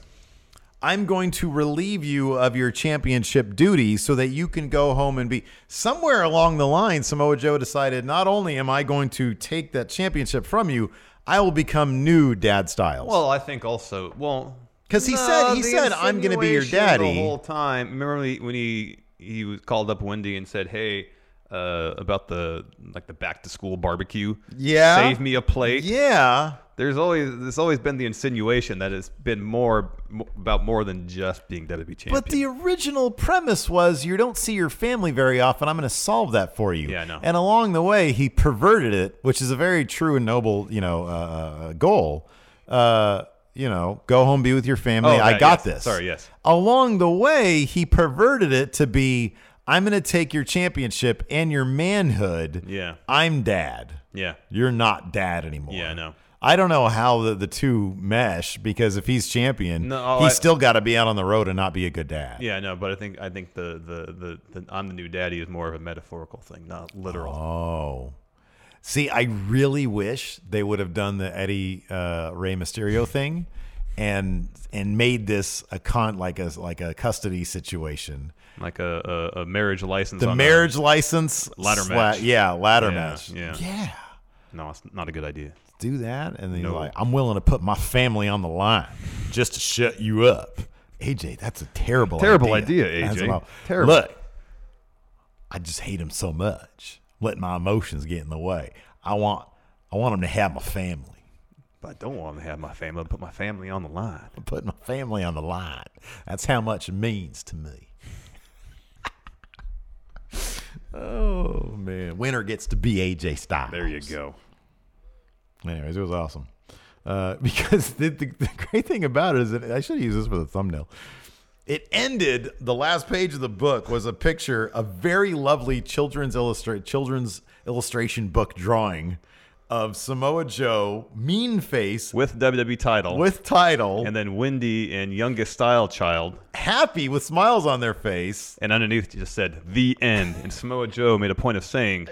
Speaker 6: I'm going to relieve you of your championship duty so that you can go home and be somewhere along the line Samoa Joe decided not only am I going to take that championship from you I will become new dad Styles
Speaker 7: Well, I think also well
Speaker 6: 'Cause he said- he
Speaker 7: the
Speaker 6: said, "I'm gonna be your
Speaker 7: insinuation
Speaker 6: daddy."
Speaker 7: the whole time. Remember when he- when he he was called up Wendy and said, "Hey." Uh, about the like the back to school barbecue.
Speaker 6: Yeah.
Speaker 7: save me a plate.
Speaker 6: yeah
Speaker 7: There's always there's always been the insinuation that it's been more m- about more than just being WWE champion.
Speaker 6: But the original premise was you don't see your family very often. I'm going to solve that for you.
Speaker 7: Yeah, I know.
Speaker 6: And along the way, he perverted it, which is a very true and noble, you know, uh, goal. Uh, you know, go home, be with your family.
Speaker 7: Oh,
Speaker 6: I
Speaker 7: that,
Speaker 6: got
Speaker 7: yes.
Speaker 6: this.
Speaker 7: Sorry, yes.
Speaker 6: Along the way, he perverted it to be, I'm going to take your championship and your manhood.
Speaker 7: Yeah.
Speaker 6: I'm dad
Speaker 7: yeah,
Speaker 6: you're not dad anymore.
Speaker 7: Yeah, I know.
Speaker 6: I don't know how the, the two mesh because if he's champion,
Speaker 7: No, oh,
Speaker 6: he's
Speaker 7: I-
Speaker 6: still got to be out on the road and not be a good dad.
Speaker 7: yeah, no. But I think I think the the, the the I'm the new daddy is more of a metaphorical thing, not literal.
Speaker 6: Oh. See, I really wish they would have done the Eddie uh, Ray Mysterio thing and and made this a con like a like a custody situation.
Speaker 7: like a, a, a marriage license.
Speaker 6: The
Speaker 7: on
Speaker 6: marriage license
Speaker 7: Ladder
Speaker 6: sla-
Speaker 7: match.
Speaker 6: Yeah, ladder
Speaker 7: Yeah,
Speaker 6: match.
Speaker 7: yeah.
Speaker 6: yeah.
Speaker 7: A, no, it's not a good idea.
Speaker 6: do that and then
Speaker 7: No.
Speaker 6: you're like i'm willing to put my family on the line just to shut you up aj that's a terrible
Speaker 7: Terrible
Speaker 6: idea,
Speaker 7: idea,
Speaker 6: That's
Speaker 7: AJ.
Speaker 6: about-
Speaker 7: Terrible.
Speaker 6: look i just hate him so much let my emotions get in the way i want i want him to have my family
Speaker 7: But I don't want to have my family put my family on the line.
Speaker 6: I'm putting my family on the line that's how much it means to me oh man winner gets to be aj styles
Speaker 7: There you go.
Speaker 6: Anyways, it was awesome. Uh, because the, the, the great thing about it is that I should use this for the thumbnail. It ended. The last page of the book was a picture, a very lovely children's illustrate children's illustration book drawing of Samoa Joe, Mean Face, with,
Speaker 7: with WWE title
Speaker 6: title,
Speaker 7: and then Wendy and youngest style child
Speaker 6: happy with smiles on their face.
Speaker 7: and underneath it just said the end and Samoa Joe made a point of saying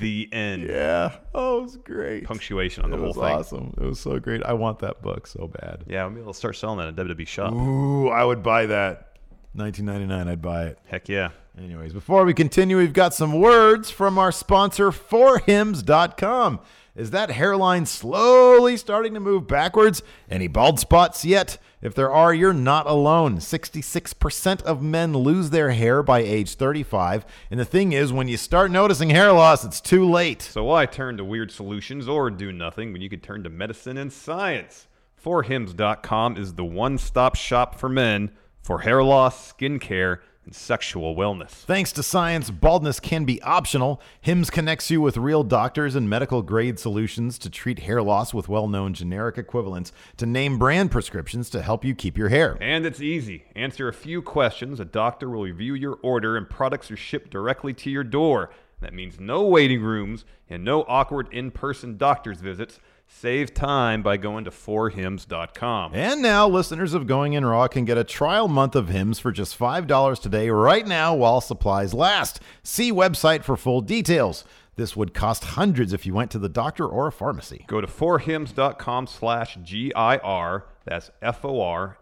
Speaker 7: the end
Speaker 6: Yeah. Oh, it was great.
Speaker 7: punctuation on the
Speaker 6: it
Speaker 7: whole
Speaker 6: was
Speaker 7: thing.
Speaker 6: awesome. It was so great. I want that book so bad.
Speaker 7: Yeah, maybe I'll start selling that at WWE shop.
Speaker 6: Ooh, I would buy that. 1999, I'd buy it.
Speaker 7: Heck yeah.
Speaker 6: Anyways, before we continue, we've got some words from our sponsor, forhims.com. Is that hairline slowly starting to move backwards? Any bald spots yet? If there are, you're not alone. 66% of men lose their hair by age 35. And the thing is, when you start noticing hair loss, it's too late.
Speaker 7: So why turn to weird solutions or do nothing when you could turn to medicine and science? 4hims.com is the one-stop shop for men for hair loss, skin care, and sexual wellness.
Speaker 6: Thanks to science, baldness can be optional. HIMS connects you with real doctors and medical grade solutions to treat hair loss with well known generic equivalents to name brand prescriptions to help you keep your hair.
Speaker 7: And it's easy. Answer a few questions, a doctor will review your order, and products are shipped directly to your door. That means no waiting rooms and no awkward in person doctor's visits. Save time by going to 4hims.com.
Speaker 6: And now, listeners of Going In Raw can get a trial month of hymns for just $5 today, right now, while supplies last. See website for full details. This would cost hundreds if you went to the doctor or a pharmacy.
Speaker 7: Go to forhims.com slash G-I-R. That's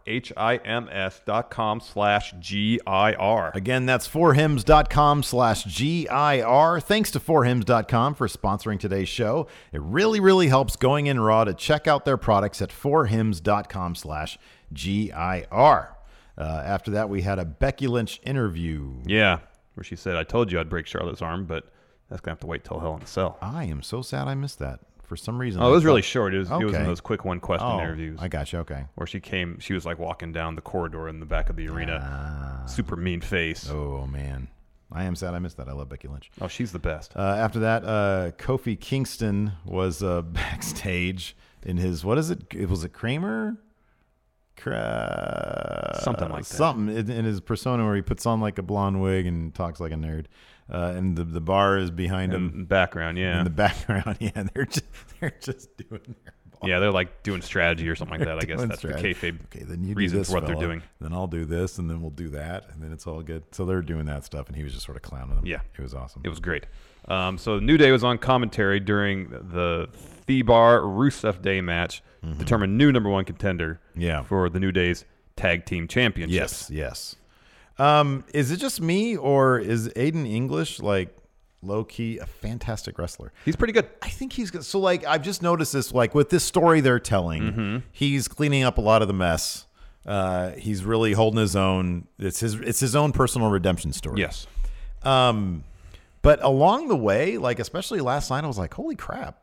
Speaker 7: F-O-R-H-I-M-S dot com slash G-I-R.
Speaker 6: Again, that's forhims.com slash G-I-R. Thanks to forhims.com for sponsoring today's show. It really, really helps Going In Raw to check out their products at forhims.com slash G-I-R. Uh, after that, we had a Becky Lynch interview.
Speaker 7: Yeah, where she said, I told you I'd break Charlotte's arm, but that's going to have to wait till Hell in a Cell.
Speaker 6: I am so sad I missed that. For some reason.
Speaker 7: Oh, it
Speaker 6: I
Speaker 7: was really
Speaker 6: thought-
Speaker 7: short. It was, it was one
Speaker 6: Okay.
Speaker 7: of those quick one question
Speaker 6: Oh,
Speaker 7: interviews.
Speaker 6: I got you. Okay.
Speaker 7: where she came she was like walking down the corridor in the back of the arena super mean face oh,
Speaker 6: Uh, Ah. Oh, man. I am sad I missed that. I love Becky Lynch.
Speaker 7: she's the best
Speaker 6: Uh, after that, uh, Kofi Kingston was uh, backstage in his what is it? It was it Kramer, Cra-
Speaker 7: Something like that.
Speaker 6: Something in, in his persona where he puts on like a blonde wig and talks like a nerd, uh, and the the bar is behind him
Speaker 7: in background yeah
Speaker 6: in the background. Yeah, they're just they're just doing their ball.
Speaker 7: yeah they're like doing strategy or something like that i guess
Speaker 6: doing
Speaker 7: that's
Speaker 6: strategy.
Speaker 7: the kayfabe
Speaker 6: Okay, then you
Speaker 7: reason
Speaker 6: do this,
Speaker 7: for what
Speaker 6: fella.
Speaker 7: they're doing
Speaker 6: Then I'll do this, and then we'll do that, and then it's all good. So they're doing that stuff, and he was just sort of clowning them.
Speaker 7: Yeah.
Speaker 6: it was awesome.
Speaker 7: it was great um, so new day was on commentary during the Thebar Rusev Day match determined new number one contender
Speaker 6: Mm-hmm. Yeah.
Speaker 7: for the new day's tag team championship
Speaker 6: Yes, yes. Um, is it just me or is Aiden English like low key a fantastic wrestler?
Speaker 7: he's pretty good
Speaker 6: I think he's good. So like I've just noticed this like with this story they're telling, he's cleaning up a lot of the mess. Uh, he's really holding his own. It's his it's his own personal redemption story.
Speaker 7: yes
Speaker 6: Um, but along the way, like especially last night, I was like, holy crap!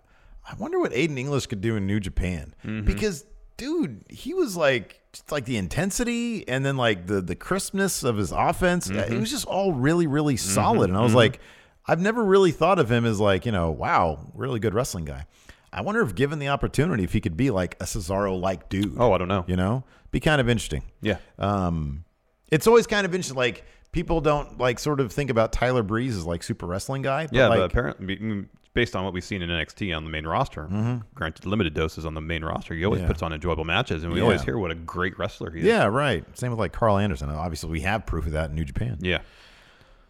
Speaker 6: I wonder what Aiden English could do in New Japan
Speaker 7: Mm-hmm.
Speaker 6: because, dude, he was like just like the intensity and then like the the crispness of his offense.
Speaker 7: Mm-hmm.
Speaker 6: It was just all really really solid, and I was like, I've never really thought of him as like you know, wow, really good wrestling guy. I wonder if given the opportunity, if he could be like a Cesaro like dude.
Speaker 7: Oh, I don't know.
Speaker 6: You know, be kind of interesting
Speaker 7: yeah
Speaker 6: um, it's always kind of interesting. Like people don't like sort of think about Tyler Breeze as like super wrestling guy. But
Speaker 7: yeah
Speaker 6: like,
Speaker 7: but apparently I mean, based on what we've seen in NXT on the main roster granted limited doses on the main roster he always
Speaker 6: Mm-hmm. Yeah.
Speaker 7: puts on enjoyable matches and we
Speaker 6: Yeah.
Speaker 7: always hear what a great wrestler he is
Speaker 6: yeah, right. Same with like Carl Anderson. Obviously, we have proof of that in New Japan.
Speaker 7: yeah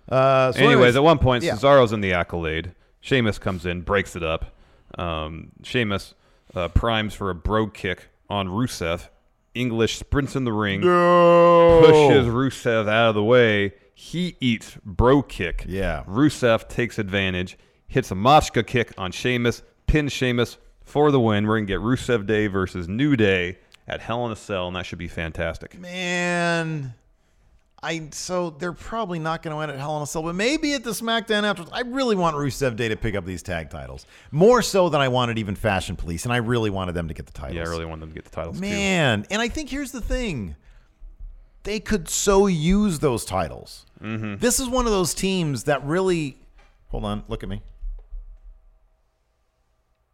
Speaker 6: Uh, so
Speaker 7: anyways, at one point,
Speaker 6: yeah.
Speaker 7: Cesaro's in the accolade. Sheamus comes in, breaks it up. Um, Sheamus uh, primes for a bro kick on Rusev. English sprints in the ring, pushes Rusev out of the way. He eats bro kick.
Speaker 6: Yeah.
Speaker 7: Rusev takes advantage, hits a Moshka kick on Sheamus, pins Sheamus for the win. We're going to get Rusev Day versus New Day at Hell in a Cell, and that should be fantastic.
Speaker 6: man, I so they're probably not going to win at Hell in a Cell, but maybe at the SmackDown afterwards. I really want Rusev Day to pick up these tag titles more so than I wanted even Fashion Police, and I really wanted them to get the titles.
Speaker 7: Yeah, I really want them to get the titles too.
Speaker 6: Man, and I think here's the thing. They could so use those titles.
Speaker 7: Mm-hmm.
Speaker 6: This is one of those teams that really Hold on, look at me.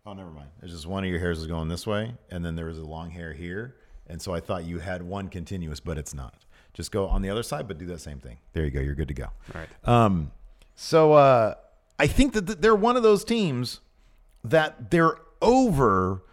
Speaker 6: Oh, never mind. It's just one of your hairs is going this way, and then there was a long hair here, and so I thought you had one continuous, but it's not. Just go on the other side, but do that same thing. There you go. You're good to go. All
Speaker 7: right.
Speaker 6: Um, so uh, I think that th- they're one of those teams that they're over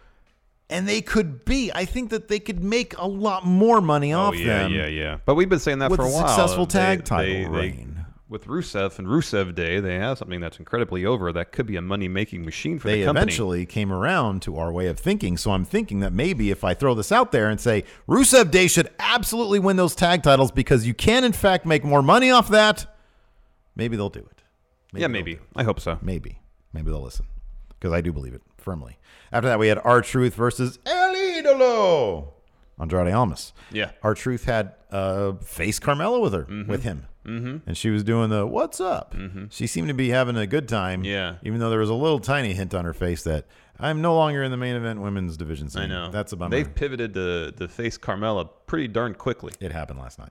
Speaker 6: and they could be. I think that they could make a lot more money
Speaker 7: Oh
Speaker 6: off
Speaker 7: yeah,
Speaker 6: them.
Speaker 7: yeah, yeah. But we've been saying that
Speaker 6: With
Speaker 7: for a
Speaker 6: a
Speaker 7: while.
Speaker 6: successful
Speaker 7: They-
Speaker 6: tag
Speaker 7: they-
Speaker 6: title
Speaker 7: they-
Speaker 6: reign.
Speaker 7: with Rusev and Rusev Day, they have something that's incredibly over that could be a money making machine for
Speaker 6: They
Speaker 7: the company.
Speaker 6: eventually came around to our way of thinking. So I'm thinking that maybe if I throw this out there and say Rusev Day should absolutely win those tag titles because you can, in fact, make more money off that, maybe they'll do it.
Speaker 7: yeah,
Speaker 6: they'll
Speaker 7: maybe.
Speaker 6: do it.
Speaker 7: I hope so.
Speaker 6: Maybe. Maybe they'll listen. Because I do believe it firmly. After that, we had R Truth versus El Idolo. Andrade Almas.
Speaker 7: Yeah.
Speaker 6: R Truth had uh, face Carmella with her, with him. Mm-hmm. And she was doing the what's up. She seemed to be having a good time.
Speaker 7: Mm-hmm. Yeah.
Speaker 6: Even though there was a little tiny hint on her face that I'm no longer in the main event women's division scene.
Speaker 7: I know.
Speaker 6: That's a bummer.
Speaker 7: They've pivoted to, to face Carmella pretty darn quickly.
Speaker 6: it happened last night.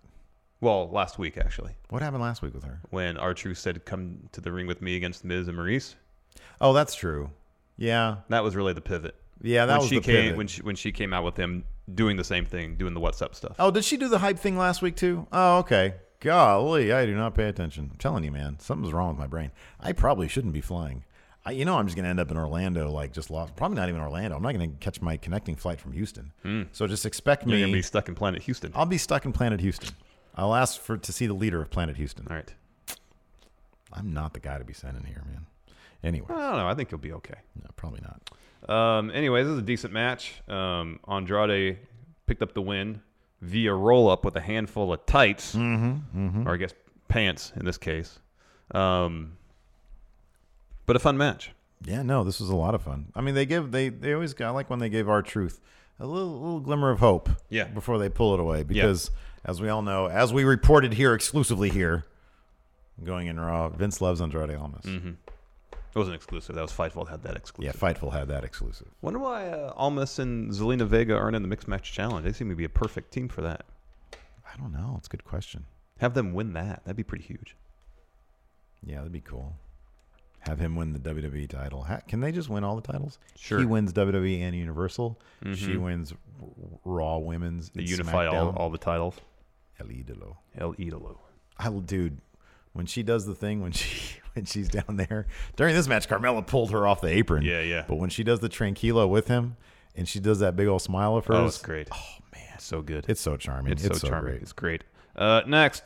Speaker 7: Well, last week, actually,
Speaker 6: What happened last week with her?
Speaker 7: when R Truth said, Come to the ring with me against Miz and Maurice.
Speaker 6: Oh, that's true. Yeah.
Speaker 7: That was really the pivot.
Speaker 6: Yeah, that
Speaker 7: when
Speaker 6: was
Speaker 7: she
Speaker 6: the
Speaker 7: came,
Speaker 6: pivot.
Speaker 7: When she, when she came out with him doing the same thing, doing the what's up stuff.
Speaker 6: Oh, did she do the hype thing last week too? Oh, okay. Golly, I do not pay attention. I'm telling you, man, something's wrong with my brain. I probably shouldn't be flying. I, you know, I'm just going to end up in Orlando, like just lost. Probably not even Orlando. I'm not going to catch my connecting flight from Houston. So just expect
Speaker 7: Hmm. You're
Speaker 6: me.
Speaker 7: going to be stuck in Planet Houston.
Speaker 6: I'll be stuck in Planet Houston. I'll ask for to see the leader of Planet Houston.
Speaker 7: All right.
Speaker 6: I'm not the guy to be sent in here, man. Anyway,
Speaker 7: I don't know. I think you'll be okay.
Speaker 6: no, probably not.
Speaker 7: Um, anyways, this is a decent match. Um, Andrade picked up the win via roll up with a handful of tights, mm-hmm, or I guess pants in this case. Um, but a fun match.
Speaker 6: Yeah, no, this was a lot of fun. I mean, they give they they always got I like when they gave our truth a little little glimmer of hope.
Speaker 7: Yeah.
Speaker 6: Before they pull it away, because as we all know, as we reported here exclusively here, going in raw, Vince loves Andrade Almas.
Speaker 7: Mm-hmm. It wasn't exclusive. That was Fightful had that
Speaker 6: Yeah,
Speaker 7: exclusive.
Speaker 6: Fightful had that exclusive.
Speaker 7: Wonder why uh, Almas and Zelina Vega aren't in the mixed match challenge. They seem to be a perfect team for that.
Speaker 6: I don't know. It's a good question.
Speaker 7: Have them win that. That'd be pretty huge.
Speaker 6: Yeah, that'd be cool. Have him win the WWE title. Ha- Can they just win all the titles?
Speaker 7: Sure.
Speaker 6: He wins WWE and Universal. She wins R- Raw Women's.
Speaker 7: They
Speaker 6: and
Speaker 7: unify all,
Speaker 6: SmackDown.
Speaker 7: all the titles. Oh,
Speaker 6: El Idolo.
Speaker 7: El Idolo.
Speaker 6: I will, dude. When she does the thing when she when she's down there during this match, Carmella pulled her off the apron.
Speaker 7: Yeah, yeah.
Speaker 6: But when she does the tranquilo with him, and she does that big old smile of hers,
Speaker 7: Oh, it's great. Oh man, so good.
Speaker 6: It's so charming.
Speaker 7: It's, so, charming.
Speaker 6: great.
Speaker 7: It's great. Uh, next,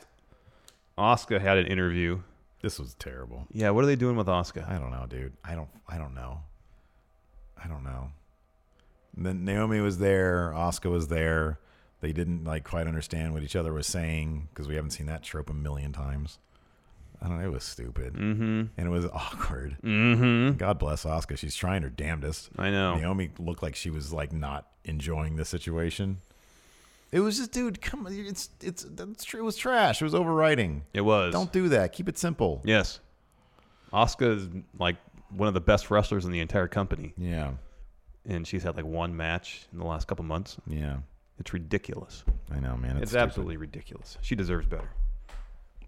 Speaker 7: Oscar had an interview.
Speaker 6: This was terrible.
Speaker 7: Yeah, what are they doing with Oscar?
Speaker 6: I don't know, dude. I don't. I don't know. I don't know. And then Naomi was there. Oscar was there. They didn't like quite understand what each other was saying because we haven't seen that trope a million times. I don't know. It was stupid. Mm-hmm. And it was awkward. Mm-hmm. God bless Oscar. She's trying her damnedest.
Speaker 7: I know.
Speaker 6: Naomi looked like she was like not enjoying the situation. It was just, dude, come on. It's, it's, that's true. It was trash. It was overwriting.
Speaker 7: It was.
Speaker 6: Don't do that. Keep it simple.
Speaker 7: Yes, Oscar is like one of the best wrestlers in the entire company,
Speaker 6: Yeah.
Speaker 7: and she's had like one match in the last couple months.
Speaker 6: Yeah.
Speaker 7: It's ridiculous.
Speaker 6: I know, man.
Speaker 7: it's
Speaker 6: stupid.
Speaker 7: absolutely ridiculous. She deserves better.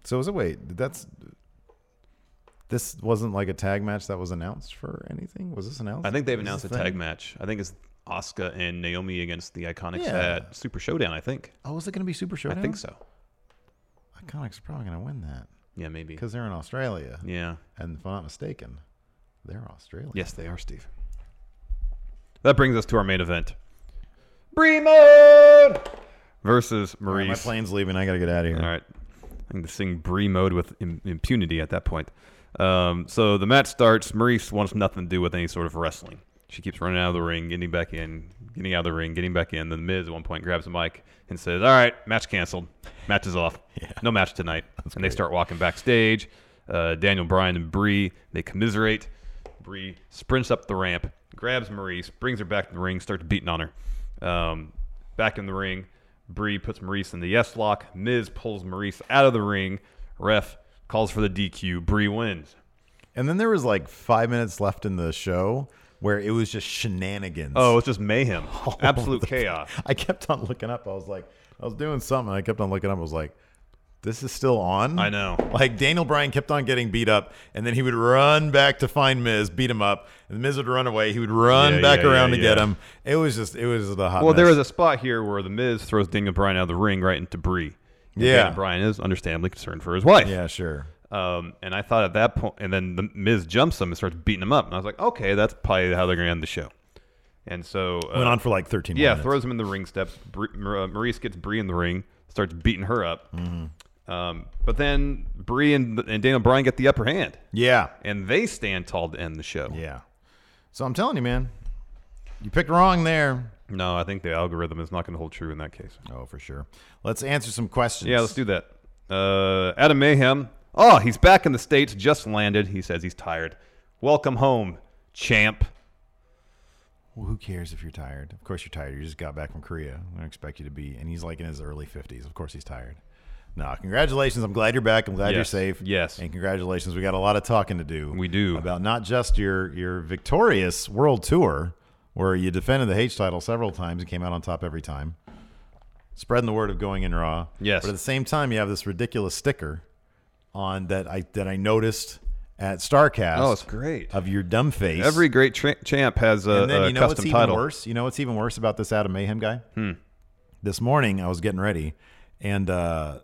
Speaker 6: So is it wait? That's this wasn't like a tag match that was announced for anything. Was this announced?
Speaker 7: I think they've
Speaker 6: Was
Speaker 7: announced a
Speaker 6: this
Speaker 7: tag
Speaker 6: thing?
Speaker 7: match. I think it's Oscar and Naomi against the Iconics
Speaker 6: Yeah.
Speaker 7: at Super Showdown. I think.
Speaker 6: Oh, is it going to be Super Showdown?
Speaker 7: I think so.
Speaker 6: Iconics are probably going to win that
Speaker 7: Yeah, maybe.
Speaker 6: because they're in Australia,
Speaker 7: Yeah.
Speaker 6: and if I'm not mistaken, they're Australian.
Speaker 7: Yes, they are, Steve. That brings us to our main event. Bree mode versus
Speaker 6: All right, my
Speaker 7: Maurice.
Speaker 6: plane's leaving. I got to get out of here.
Speaker 7: All right. I'm going to sing Bree mode with im- impunity at that point. Um, so the match starts. Maurice wants nothing to do with any sort of wrestling. She keeps running out of the ring, getting back in, getting out of the ring, getting back in. Then the Miz at one point grabs a mic and says, All right, match canceled. Match is off. No match tonight. and they start walking backstage. Uh, Daniel Bryan and Bree, they commiserate. Bree sprints up the ramp, grabs Maurice, brings her back to the ring, starts beating on her. Um, back in the ring, Bree puts Maurice in the yes lock. Miz pulls Maurice out of the ring. Ref calls for the DQ. Bree wins.
Speaker 6: And then there was like five minutes left in the show where it was just shenanigans.
Speaker 7: Oh, it's just mayhem.
Speaker 6: all
Speaker 7: Absolute
Speaker 6: over the-
Speaker 7: chaos.
Speaker 6: I kept on looking up. I was like, I was doing something. I kept on looking up. I was like, this is still on.
Speaker 7: I know.
Speaker 6: Like Daniel Bryan kept on getting beat up, and then he would run back to find Miz, beat him up, and Miz would run away. He would run
Speaker 7: Yeah,
Speaker 6: back
Speaker 7: yeah,
Speaker 6: around
Speaker 7: yeah,
Speaker 6: to
Speaker 7: yeah.
Speaker 6: get him. It was just, it was the hot.
Speaker 7: Well, there
Speaker 6: mess.
Speaker 7: was a spot here where the Miz throws Daniel Bryan out of the ring right into Bree. And
Speaker 6: Yeah.
Speaker 7: Daniel Bryan is understandably concerned for his wife.
Speaker 6: yeah, sure.
Speaker 7: Um, and I thought at that point, and then the Miz jumps him and starts beating him up, and I was like, okay, that's probably how they're going to end the show. And so uh,
Speaker 1: Went on for like 13 more
Speaker 7: yeah,
Speaker 1: minutes.
Speaker 7: throws him in the ring steps. Bri- Mar- uh, Maurice gets Bree in the ring, starts beating her up.
Speaker 6: Mm-hmm.
Speaker 7: Um, but then Bree and, and Daniel Bryan get the upper hand,
Speaker 6: Yeah.
Speaker 7: and they stand tall to end the show.
Speaker 6: Yeah. So I'm telling you, man, you picked wrong there.
Speaker 7: No, I think the algorithm is not going to hold true in that case.
Speaker 6: Oh, for sure. Let's answer some questions.
Speaker 7: Yeah, let's do that. Uh, Adam Mayhem. Oh, he's back in the States, just landed. He says he's tired. Welcome home, champ.
Speaker 6: Well, who cares if you're tired? Of course you're tired. You just got back from Korea. I don't expect you to be. And he's like in his early 50s. Of course he's tired. No, congratulations. I'm glad you're back. I'm glad you're
Speaker 7: Yes.
Speaker 6: safe.
Speaker 7: Yes.
Speaker 6: And congratulations. We got a lot of talking to do.
Speaker 7: We do.
Speaker 6: About not just your your victorious world tour where you defended the H title several times and came out on top every time. Spreading the word of going in raw.
Speaker 7: Yes.
Speaker 6: But at the same time, you have this ridiculous sticker on that I that I noticed at Starcast.
Speaker 7: Oh, it's great.
Speaker 6: Of your dumb face.
Speaker 7: Every great tra- champ has a,
Speaker 6: And then
Speaker 7: a
Speaker 6: you know what's
Speaker 7: custom
Speaker 6: even
Speaker 7: title. Hmm.
Speaker 6: worse? You know what's even worse about this Adam Mayhem guy? This morning I was getting ready, and uh,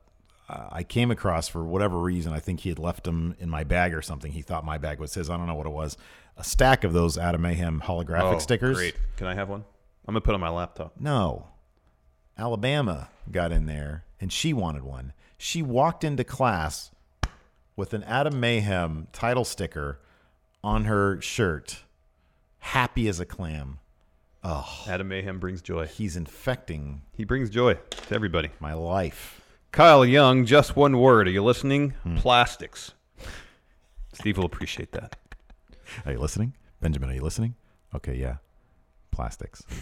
Speaker 6: I came across for whatever reason. I think he had left them in my bag or something. He thought my bag was his. I don't know what it was. A stack of those Adam Mayhem holographic
Speaker 7: Oh,
Speaker 6: stickers.
Speaker 7: Great. Can I have one? I'm gonna put it on my laptop.
Speaker 6: No. Alabama got in there and she wanted one. She walked into class with an Adam Mayhem title sticker on her shirt, happy as a clam.
Speaker 7: Adam Mayhem brings joy.
Speaker 6: He's infecting
Speaker 7: He brings joy to everybody.
Speaker 6: my life.
Speaker 7: Kyle Young, just one word. Are you listening? Plastics. Steve will appreciate that.
Speaker 6: Are you listening? Benjamin, are you listening? Okay, yeah. Plastics.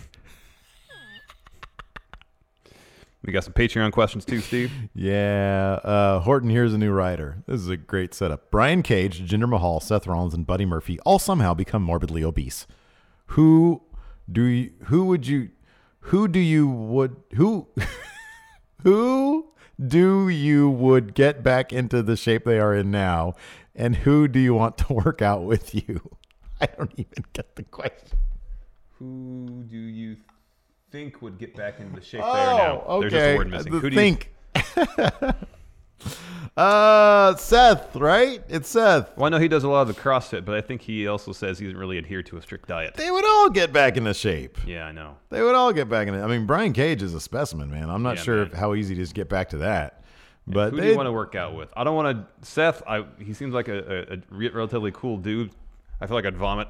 Speaker 7: We got some Patreon questions too, Steve.
Speaker 6: Yeah. Uh, Horton, here's a new rider. This is a great setup. Brian Cage, Jinder Mahal, Seth Rollins, and Buddy Murphy all somehow become morbidly obese. Who do you, who would you who do you would who who do you would get back into the shape they are in now? And who do you want to work out with you? I don't even get the question.
Speaker 7: Who do you think would get back into the shape
Speaker 6: Oh, okay.
Speaker 7: There's just a word missing.
Speaker 6: The
Speaker 7: Who do you
Speaker 6: think. uh, Seth, right? It's Seth.
Speaker 7: Well, I know he does a lot of the CrossFit, but I think he also says he doesn't really adhere to a strict diet.
Speaker 6: They would all get back into shape.
Speaker 7: Yeah, I know.
Speaker 6: They would all get back in it. I mean, Brian Cage is a specimen, man. I'm not
Speaker 7: Yeah,
Speaker 6: sure
Speaker 7: man.
Speaker 6: if, how easy it is to get back to that. But
Speaker 7: Who
Speaker 6: they,
Speaker 7: do you want to work out with? I don't want to. Seth, I, he seems like a, a, a re- relatively cool dude. I feel like I'd vomit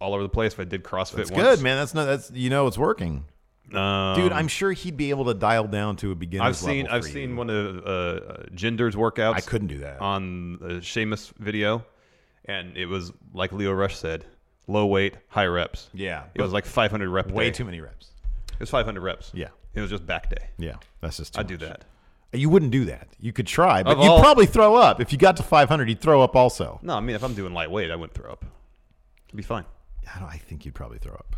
Speaker 7: all over the place if I did CrossFit.
Speaker 6: it's good, man. That's not that's you know it's working,
Speaker 7: man.
Speaker 6: dude. I'm sure he'd be able to dial down to a beginner.
Speaker 7: Um, I've seen I've seen one of uh, uh, Gender's workouts.
Speaker 6: I couldn't do that.
Speaker 7: on the Sheamus video, and it was like Leo Rush said, low weight, high reps.
Speaker 6: Yeah,
Speaker 7: it was like 500 rep.
Speaker 6: way
Speaker 7: day.
Speaker 6: too many reps.
Speaker 7: It was 500 reps.
Speaker 6: Yeah.
Speaker 7: it was just back day.
Speaker 6: Yeah, that's just. Too
Speaker 7: I'd do
Speaker 6: much.
Speaker 7: that.
Speaker 6: You wouldn't do that. You could try, but
Speaker 7: Of
Speaker 6: you'd
Speaker 7: all-
Speaker 6: probably throw up. If you got to 500, you'd throw up also.
Speaker 7: No, I mean if I'm doing lightweight, I wouldn't throw up. It'd be fine.
Speaker 6: I, don't, I think you'd probably throw up.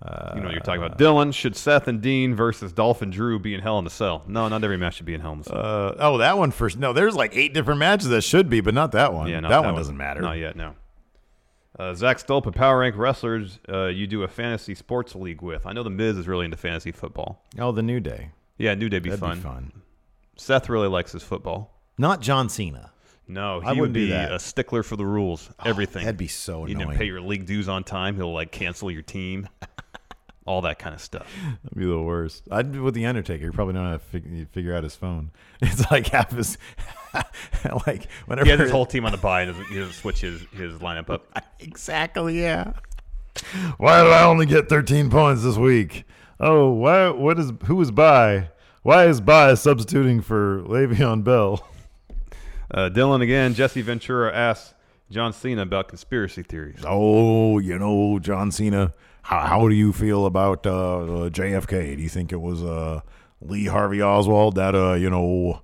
Speaker 7: you know what you're talking
Speaker 6: Uh,
Speaker 7: about. Dylan, should Seth and Dean versus Dolph and Drew be in Hell in a Cell? No, not every match should be in Hell in a Cell.
Speaker 6: Uh, oh, that one first. No, there's like eight different matches that should be, but not that one.
Speaker 7: yeah,
Speaker 6: that,
Speaker 7: not
Speaker 6: one, doesn't matter.
Speaker 7: Not yet. No. Uh, Zach Stolp at Power Rank Wrestlers, uh, you do a fantasy sports league with. I know the Miz is really into fantasy football.
Speaker 6: Oh, the New Day.
Speaker 7: Yeah, New Day
Speaker 6: That'd be fun.
Speaker 7: Seth really likes his football.
Speaker 6: Not John Cena.
Speaker 7: No, he
Speaker 6: I
Speaker 7: would
Speaker 6: wouldn't do
Speaker 7: be
Speaker 6: that. Oh,
Speaker 7: a stickler for the rules. everything.
Speaker 6: that'd be so
Speaker 7: You didn't
Speaker 6: annoying.
Speaker 7: pay your league dues on time. He'll like cancel your team. All that kind of stuff.
Speaker 6: That'd be the worst. I'd be with the Undertaker. You probably don't know how to fig- figure out his phone. It's like half his, like whenever
Speaker 7: He has his whole team on the bye and doesn't, he doesn't switch his, his lineup up.
Speaker 6: Exactly. Yeah. Why did I only get 13 points this week? Oh, why? What is who is by? Why is by substituting for Le'Veon Bell?
Speaker 7: Uh, Dylan again. Jesse Ventura asks John Cena about conspiracy theories.
Speaker 6: Oh, you know, John Cena. How, how do you feel about uh, uh, JFK? Do you think it was uh, Lee Harvey Oswald that uh, you know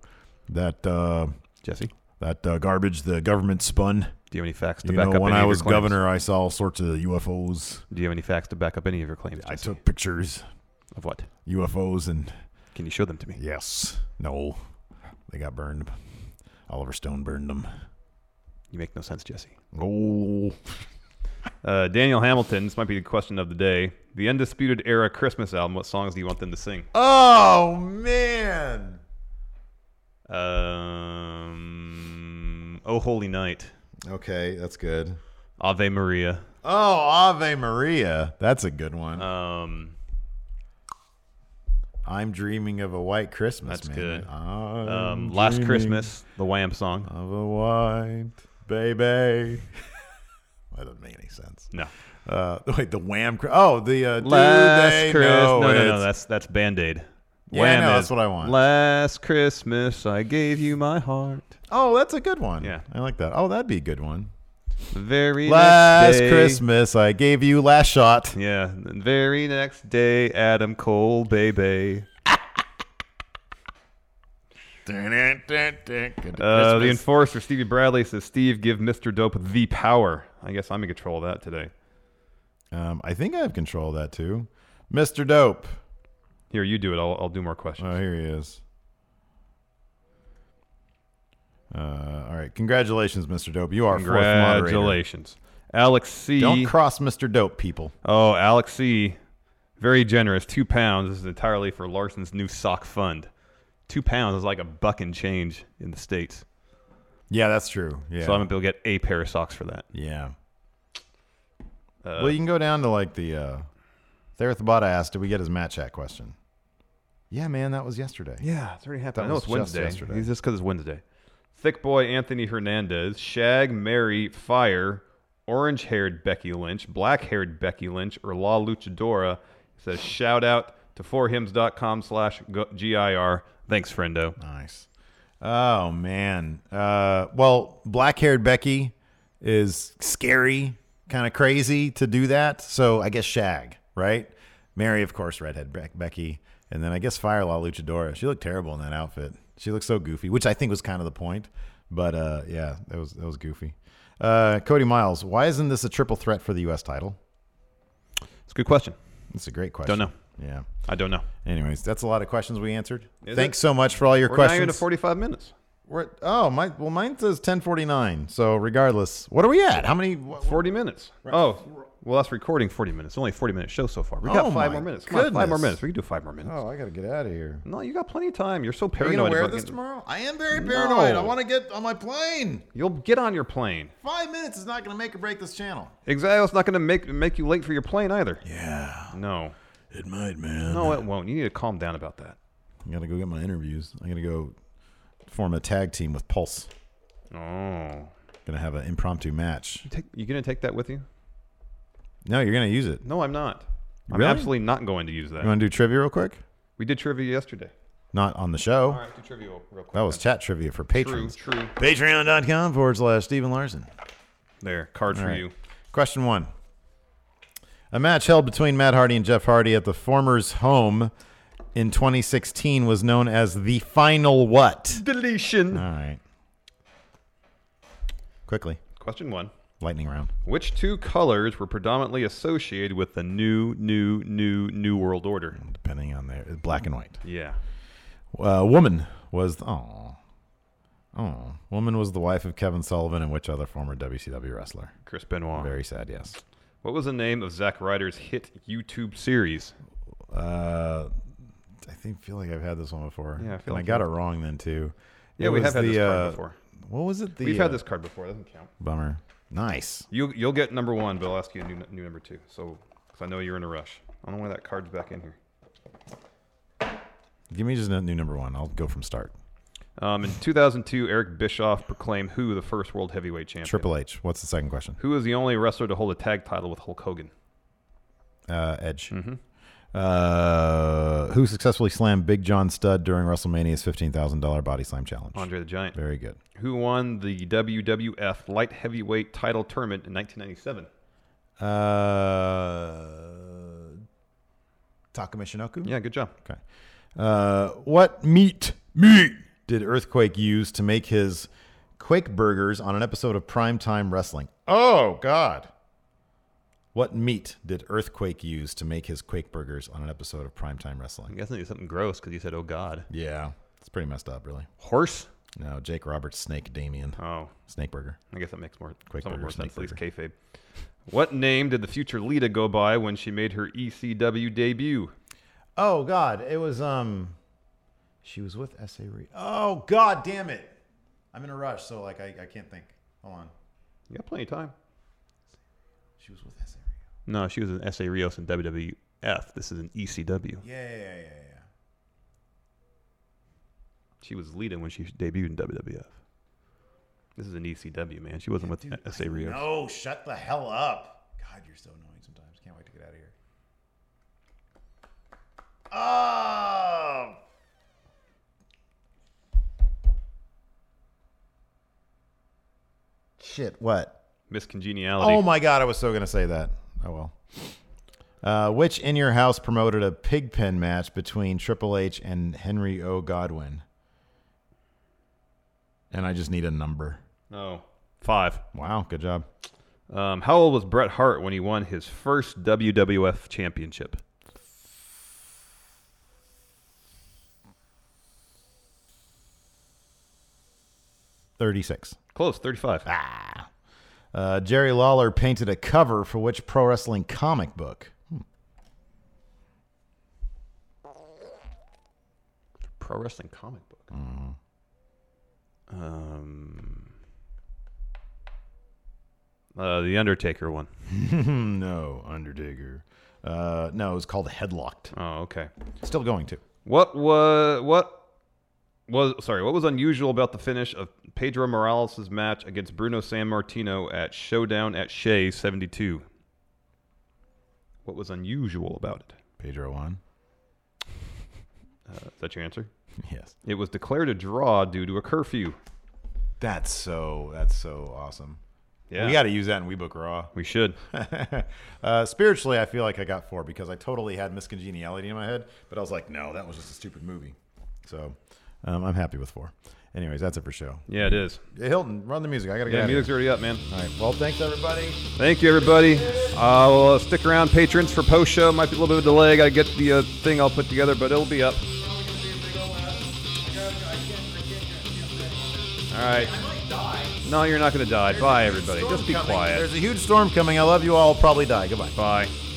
Speaker 6: that uh,
Speaker 7: Jesse, do
Speaker 6: that uh, garbage the government spun?
Speaker 7: you have any facts to
Speaker 6: You
Speaker 7: back
Speaker 6: know,
Speaker 7: up?
Speaker 6: when
Speaker 7: any
Speaker 6: I
Speaker 7: of your
Speaker 6: was
Speaker 7: claims?
Speaker 6: governor, I saw all sorts of UFOs.
Speaker 7: do you have any facts to back up any of your claims?
Speaker 6: I
Speaker 7: Jesse?
Speaker 6: took pictures,
Speaker 7: of what?
Speaker 6: UFOs, and
Speaker 7: Can you show them to me?
Speaker 6: yes, no, they got burned. Oliver Stone burned them.
Speaker 7: You make no sense, Jesse.
Speaker 6: Oh,
Speaker 7: Uh, Daniel Hamilton, this might be the question of the day. The Undisputed Era Christmas album, what songs do you want them to sing?
Speaker 6: oh man.
Speaker 7: Um, Oh Holy Night,
Speaker 6: Okay, that's good.
Speaker 7: Ave Maria.
Speaker 6: Oh, Ave Maria. That's a good one.
Speaker 7: Um,
Speaker 6: I'm dreaming of a white Christmas.
Speaker 7: That's
Speaker 6: man.
Speaker 7: good.
Speaker 6: I'm
Speaker 7: um, Last
Speaker 6: dreaming
Speaker 7: Christmas, the Wham song.
Speaker 6: Of a white baby. that doesn't make any sense.
Speaker 7: No.
Speaker 6: Uh, wait, the wham. Cri- Oh, the uh, do they
Speaker 7: Last Christmas.
Speaker 6: know
Speaker 7: No, no, no.
Speaker 6: it's-
Speaker 7: That's that's Band Aid.
Speaker 6: Yeah, I know, that's what I want.
Speaker 7: Last Christmas, I gave you my heart.
Speaker 6: Oh, that's a good one.
Speaker 7: Yeah.
Speaker 6: I like that. Oh, that'd be a good one.
Speaker 7: The very
Speaker 6: Last
Speaker 7: next day,
Speaker 6: Christmas, I gave you last shot.
Speaker 7: Yeah, the very next day, Adam Cole, baby. Uh, the enforcer, Stevie Bradley, says, Steve, give Mr. Dope the power. I guess I'm in control of that today.
Speaker 6: Um, I think I have control of that too. Mr. Dope.
Speaker 7: Here, you do it. I'll, I'll do more questions.
Speaker 6: Oh, here he is. Uh, all right. Congratulations, Mr. Dope. You are fourth moderator.
Speaker 7: Congratulations. Alex C.
Speaker 6: Don't cross Mr. Dope, people.
Speaker 7: Oh, Alex C. Very generous. Two pounds. This is entirely for Larson's new sock fund. Two pounds is like a buck and change in the States.
Speaker 6: Yeah, that's true. Yeah.
Speaker 7: So I'm going to be able to get a pair of socks for that.
Speaker 6: yeah.
Speaker 7: Uh,
Speaker 6: well, you can go down to like the. Uh, Therathabata asked, "Did we get his match hat question?" Yeah, man, that was yesterday.
Speaker 7: Yeah, it's already happened.
Speaker 6: That
Speaker 7: I know
Speaker 6: was
Speaker 7: it's
Speaker 6: just
Speaker 7: Wednesday.
Speaker 6: yesterday.
Speaker 7: It's just because it's Wednesday. Thick boy Anthony Hernandez, Shag, Mary, Fire, Orange haired Becky Lynch, Black haired Becky Lynch, or La Luchadora says, shout out to forhims.com slash GIR. Thanks, friendo.
Speaker 6: Nice. Oh man. Uh, well, black-haired Becky is scary, kind of crazy to do that. So I guess Shag, right? Mary, of course, redhead Bec- Becky, and then I guess Fire La Luchadora. She looked terrible in that outfit. She looked so goofy, which I think was kind of the point. But uh, yeah, that was that was goofy. Uh, Cody Miles, why isn't this a triple threat for the U.S. title?
Speaker 7: It's a good question.
Speaker 6: It's a great question.
Speaker 7: know.
Speaker 6: Yeah.
Speaker 7: I don't know.
Speaker 6: Anyways, that's a lot of questions we answered.
Speaker 7: Is
Speaker 6: Thanks
Speaker 7: it?
Speaker 6: so much for all your
Speaker 7: We're now
Speaker 6: questions.
Speaker 7: into 45 minutes.
Speaker 6: We're at- oh my well mine says 10:49. So regardless, what are we at? How many? What,
Speaker 7: 40 minutes. Oh, well, that's recording 40 minutes. Only a 40 minute show so far. We got
Speaker 6: Oh
Speaker 7: five
Speaker 6: my
Speaker 7: more minutes. Come on, five more
Speaker 6: goodness.
Speaker 7: minutes. We can do five more minutes.
Speaker 6: Oh, I gotta get out of here.
Speaker 7: No, you got plenty of time. You're so
Speaker 6: Are you
Speaker 7: paranoid.
Speaker 6: gonna wear
Speaker 7: about
Speaker 6: this
Speaker 7: getting-
Speaker 6: tomorrow? I am very paranoid.
Speaker 7: No.
Speaker 6: I want to get on my plane.
Speaker 7: You'll get on your plane.
Speaker 6: Five minutes is not gonna make or break this channel.
Speaker 7: Exactly. It's not going to make make you late for your plane either.
Speaker 6: Yeah,
Speaker 7: No,
Speaker 6: it might, man.
Speaker 7: no, it won't. You need to calm down about that.
Speaker 6: I gotta go get my interviews. I'm gonna go form a tag team with Pulse.
Speaker 7: Oh,
Speaker 6: Gonna have an impromptu match.
Speaker 7: take, you going to take that with you?
Speaker 6: No, you're gonna use it.
Speaker 7: No, I'm not. I'm
Speaker 6: Really?
Speaker 7: absolutely not going to use that.
Speaker 6: You wanna do trivia real quick?
Speaker 7: We did trivia yesterday.
Speaker 6: Not on the show.
Speaker 7: All right, do trivia real quick.
Speaker 6: That was chat trivia
Speaker 7: true.
Speaker 6: for patrons.
Speaker 7: True.
Speaker 6: Patreon.com forward slash Stephen Larson.
Speaker 7: There, cards
Speaker 6: All
Speaker 7: for
Speaker 6: right.
Speaker 7: you.
Speaker 6: Question one. A match held between Matt Hardy and Jeff Hardy at the former's home in 2016 was known as the final what?
Speaker 7: Deletion.
Speaker 6: All right. Quickly.
Speaker 7: Question one.
Speaker 6: Lightning round.
Speaker 7: Which two colors were predominantly associated with the new, new, new, new world order?
Speaker 6: Depending on their black and white.
Speaker 7: Yeah.
Speaker 6: Uh, woman was oh. Oh. Woman was the wife of Kevin Sullivan and which other former WCW wrestler?
Speaker 7: Chris Benoit.
Speaker 6: Very sad, yes.
Speaker 7: What was the name of Zack Ryder's hit YouTube series?
Speaker 6: Uh, I think feel like I've had this one before.
Speaker 7: Yeah, I feel
Speaker 6: and I
Speaker 7: like
Speaker 6: got
Speaker 7: you-
Speaker 6: it wrong then too.
Speaker 7: Yeah,
Speaker 6: It
Speaker 7: we
Speaker 6: was
Speaker 7: have had this card
Speaker 6: uh,
Speaker 7: before.
Speaker 6: What was it? The
Speaker 7: We've
Speaker 6: uh,
Speaker 7: had this card before. It doesn't count.
Speaker 6: Bummer. Nice.
Speaker 7: You you'll get number one, but I'll ask you a new, new number two. So, because I know you're in a rush. I don't know why that card's back in here.
Speaker 6: Give me just a new number one. I'll go from start.
Speaker 7: Um, in 2002, Eric Bischoff proclaimed who the first world heavyweight champion.
Speaker 6: Triple H. What's the second question?
Speaker 7: Who is the only wrestler to hold a tag title with Hulk Hogan?
Speaker 6: Uh, Edge.
Speaker 7: Mm-hmm.
Speaker 6: Uh, who successfully slammed Big John Studd during WrestleMania's fifteen thousand dollar body slam challenge?
Speaker 7: Andre the Giant.
Speaker 6: Very good.
Speaker 7: Who won the WWF light heavyweight title tournament in 1997?
Speaker 6: Uh, Takuma Shinoku.
Speaker 7: Yeah, good job.
Speaker 6: Okay. Uh, what meat meat did Earthquake use to make his Quake burgers on an episode of Primetime Wrestling? Oh God. What meat did Earthquake use to make his Quake burgers on an episode of Primetime
Speaker 7: I'm
Speaker 6: Wrestling?
Speaker 7: guessing it's something gross because you said, "Oh God,
Speaker 6: Yeah, it's pretty messed up, really.
Speaker 7: horse."
Speaker 6: No, Jake Roberts, Snake Damien,
Speaker 7: Oh,
Speaker 6: Snake Burger.
Speaker 7: I guess that makes more
Speaker 6: Quick
Speaker 7: somewhat
Speaker 6: burger,
Speaker 7: more sense. At
Speaker 6: snake
Speaker 7: least kayfabe. What name did the future Lita go by when she made her ECW debut?
Speaker 6: Oh God, it was um, she was with S.A. Reed. Oh God, damn it! I I'm in a rush, so like I, I can't think. Hold on.
Speaker 7: You got plenty of time.
Speaker 6: She was with Cesario.
Speaker 7: No, she was in SA Rios in WWF. This is E an ECW.
Speaker 6: Yeah, yeah, yeah, yeah, yeah.
Speaker 7: She was leading when she debuted in WWF. This is an ECW, man. She wasn't
Speaker 6: Dude,
Speaker 7: with SA Rios.
Speaker 6: No, shut the hell up. God, you're so annoying sometimes. Can't wait to get out of here. Oh. Shit, what?
Speaker 7: Miss Congeniality.
Speaker 6: Oh my god, I was so gonna say that. Oh well. Uh, which in your house promoted a pig pen match between Triple H and Henry O. Godwin? And I just need a number.
Speaker 7: No. Five.
Speaker 6: Wow, good job.
Speaker 7: Um, how old was Bret Hart when he won his first WWF championship?
Speaker 6: Thirty-six.
Speaker 7: Close, 35.
Speaker 6: Ah. Uh, Jerry Lawler painted a cover for which pro wrestling comic book?
Speaker 7: Pro wrestling comic book.
Speaker 6: Mm-hmm.
Speaker 7: Um, uh, the Undertaker one.
Speaker 6: Hmm, no, Undertaker. Uh, no, it was called Headlocked.
Speaker 7: Oh, okay.
Speaker 6: Still going to.
Speaker 7: What was what was sorry? What was unusual about the finish of Pedro Morales' match against Bruno San Martino at Showdown at Shea '72? What was unusual about it?
Speaker 6: Pedro won.
Speaker 7: Uh, is that your answer?
Speaker 6: Yes.
Speaker 7: It was declared a draw due to a curfew.
Speaker 6: That's so. That's so awesome.
Speaker 7: Yeah,
Speaker 6: We got to use that in We Book Raw.
Speaker 7: We should.
Speaker 6: uh, spiritually, I feel like I got four because I totally had miscongeniality in my head, but I was like, no, that was just a stupid movie. So um, I'm happy with four. Anyways, that's it for show.
Speaker 7: Yeah, it is.
Speaker 6: Hilton, run the music. I gotta get
Speaker 7: Yeah,
Speaker 6: out of here.
Speaker 7: music's already up, man.
Speaker 6: All right. Well, thanks everybody.
Speaker 7: Thank you, everybody. Uh, well, uh, stick around, patrons, for post show. Might be a little bit of a delay. Got to get the uh, thing all put together, but it'll be up. All right. No, you're not going to die. Bye, everybody. Just be quiet.
Speaker 6: There's a huge storm coming. I love you all. Probably die. Goodbye.
Speaker 7: Bye.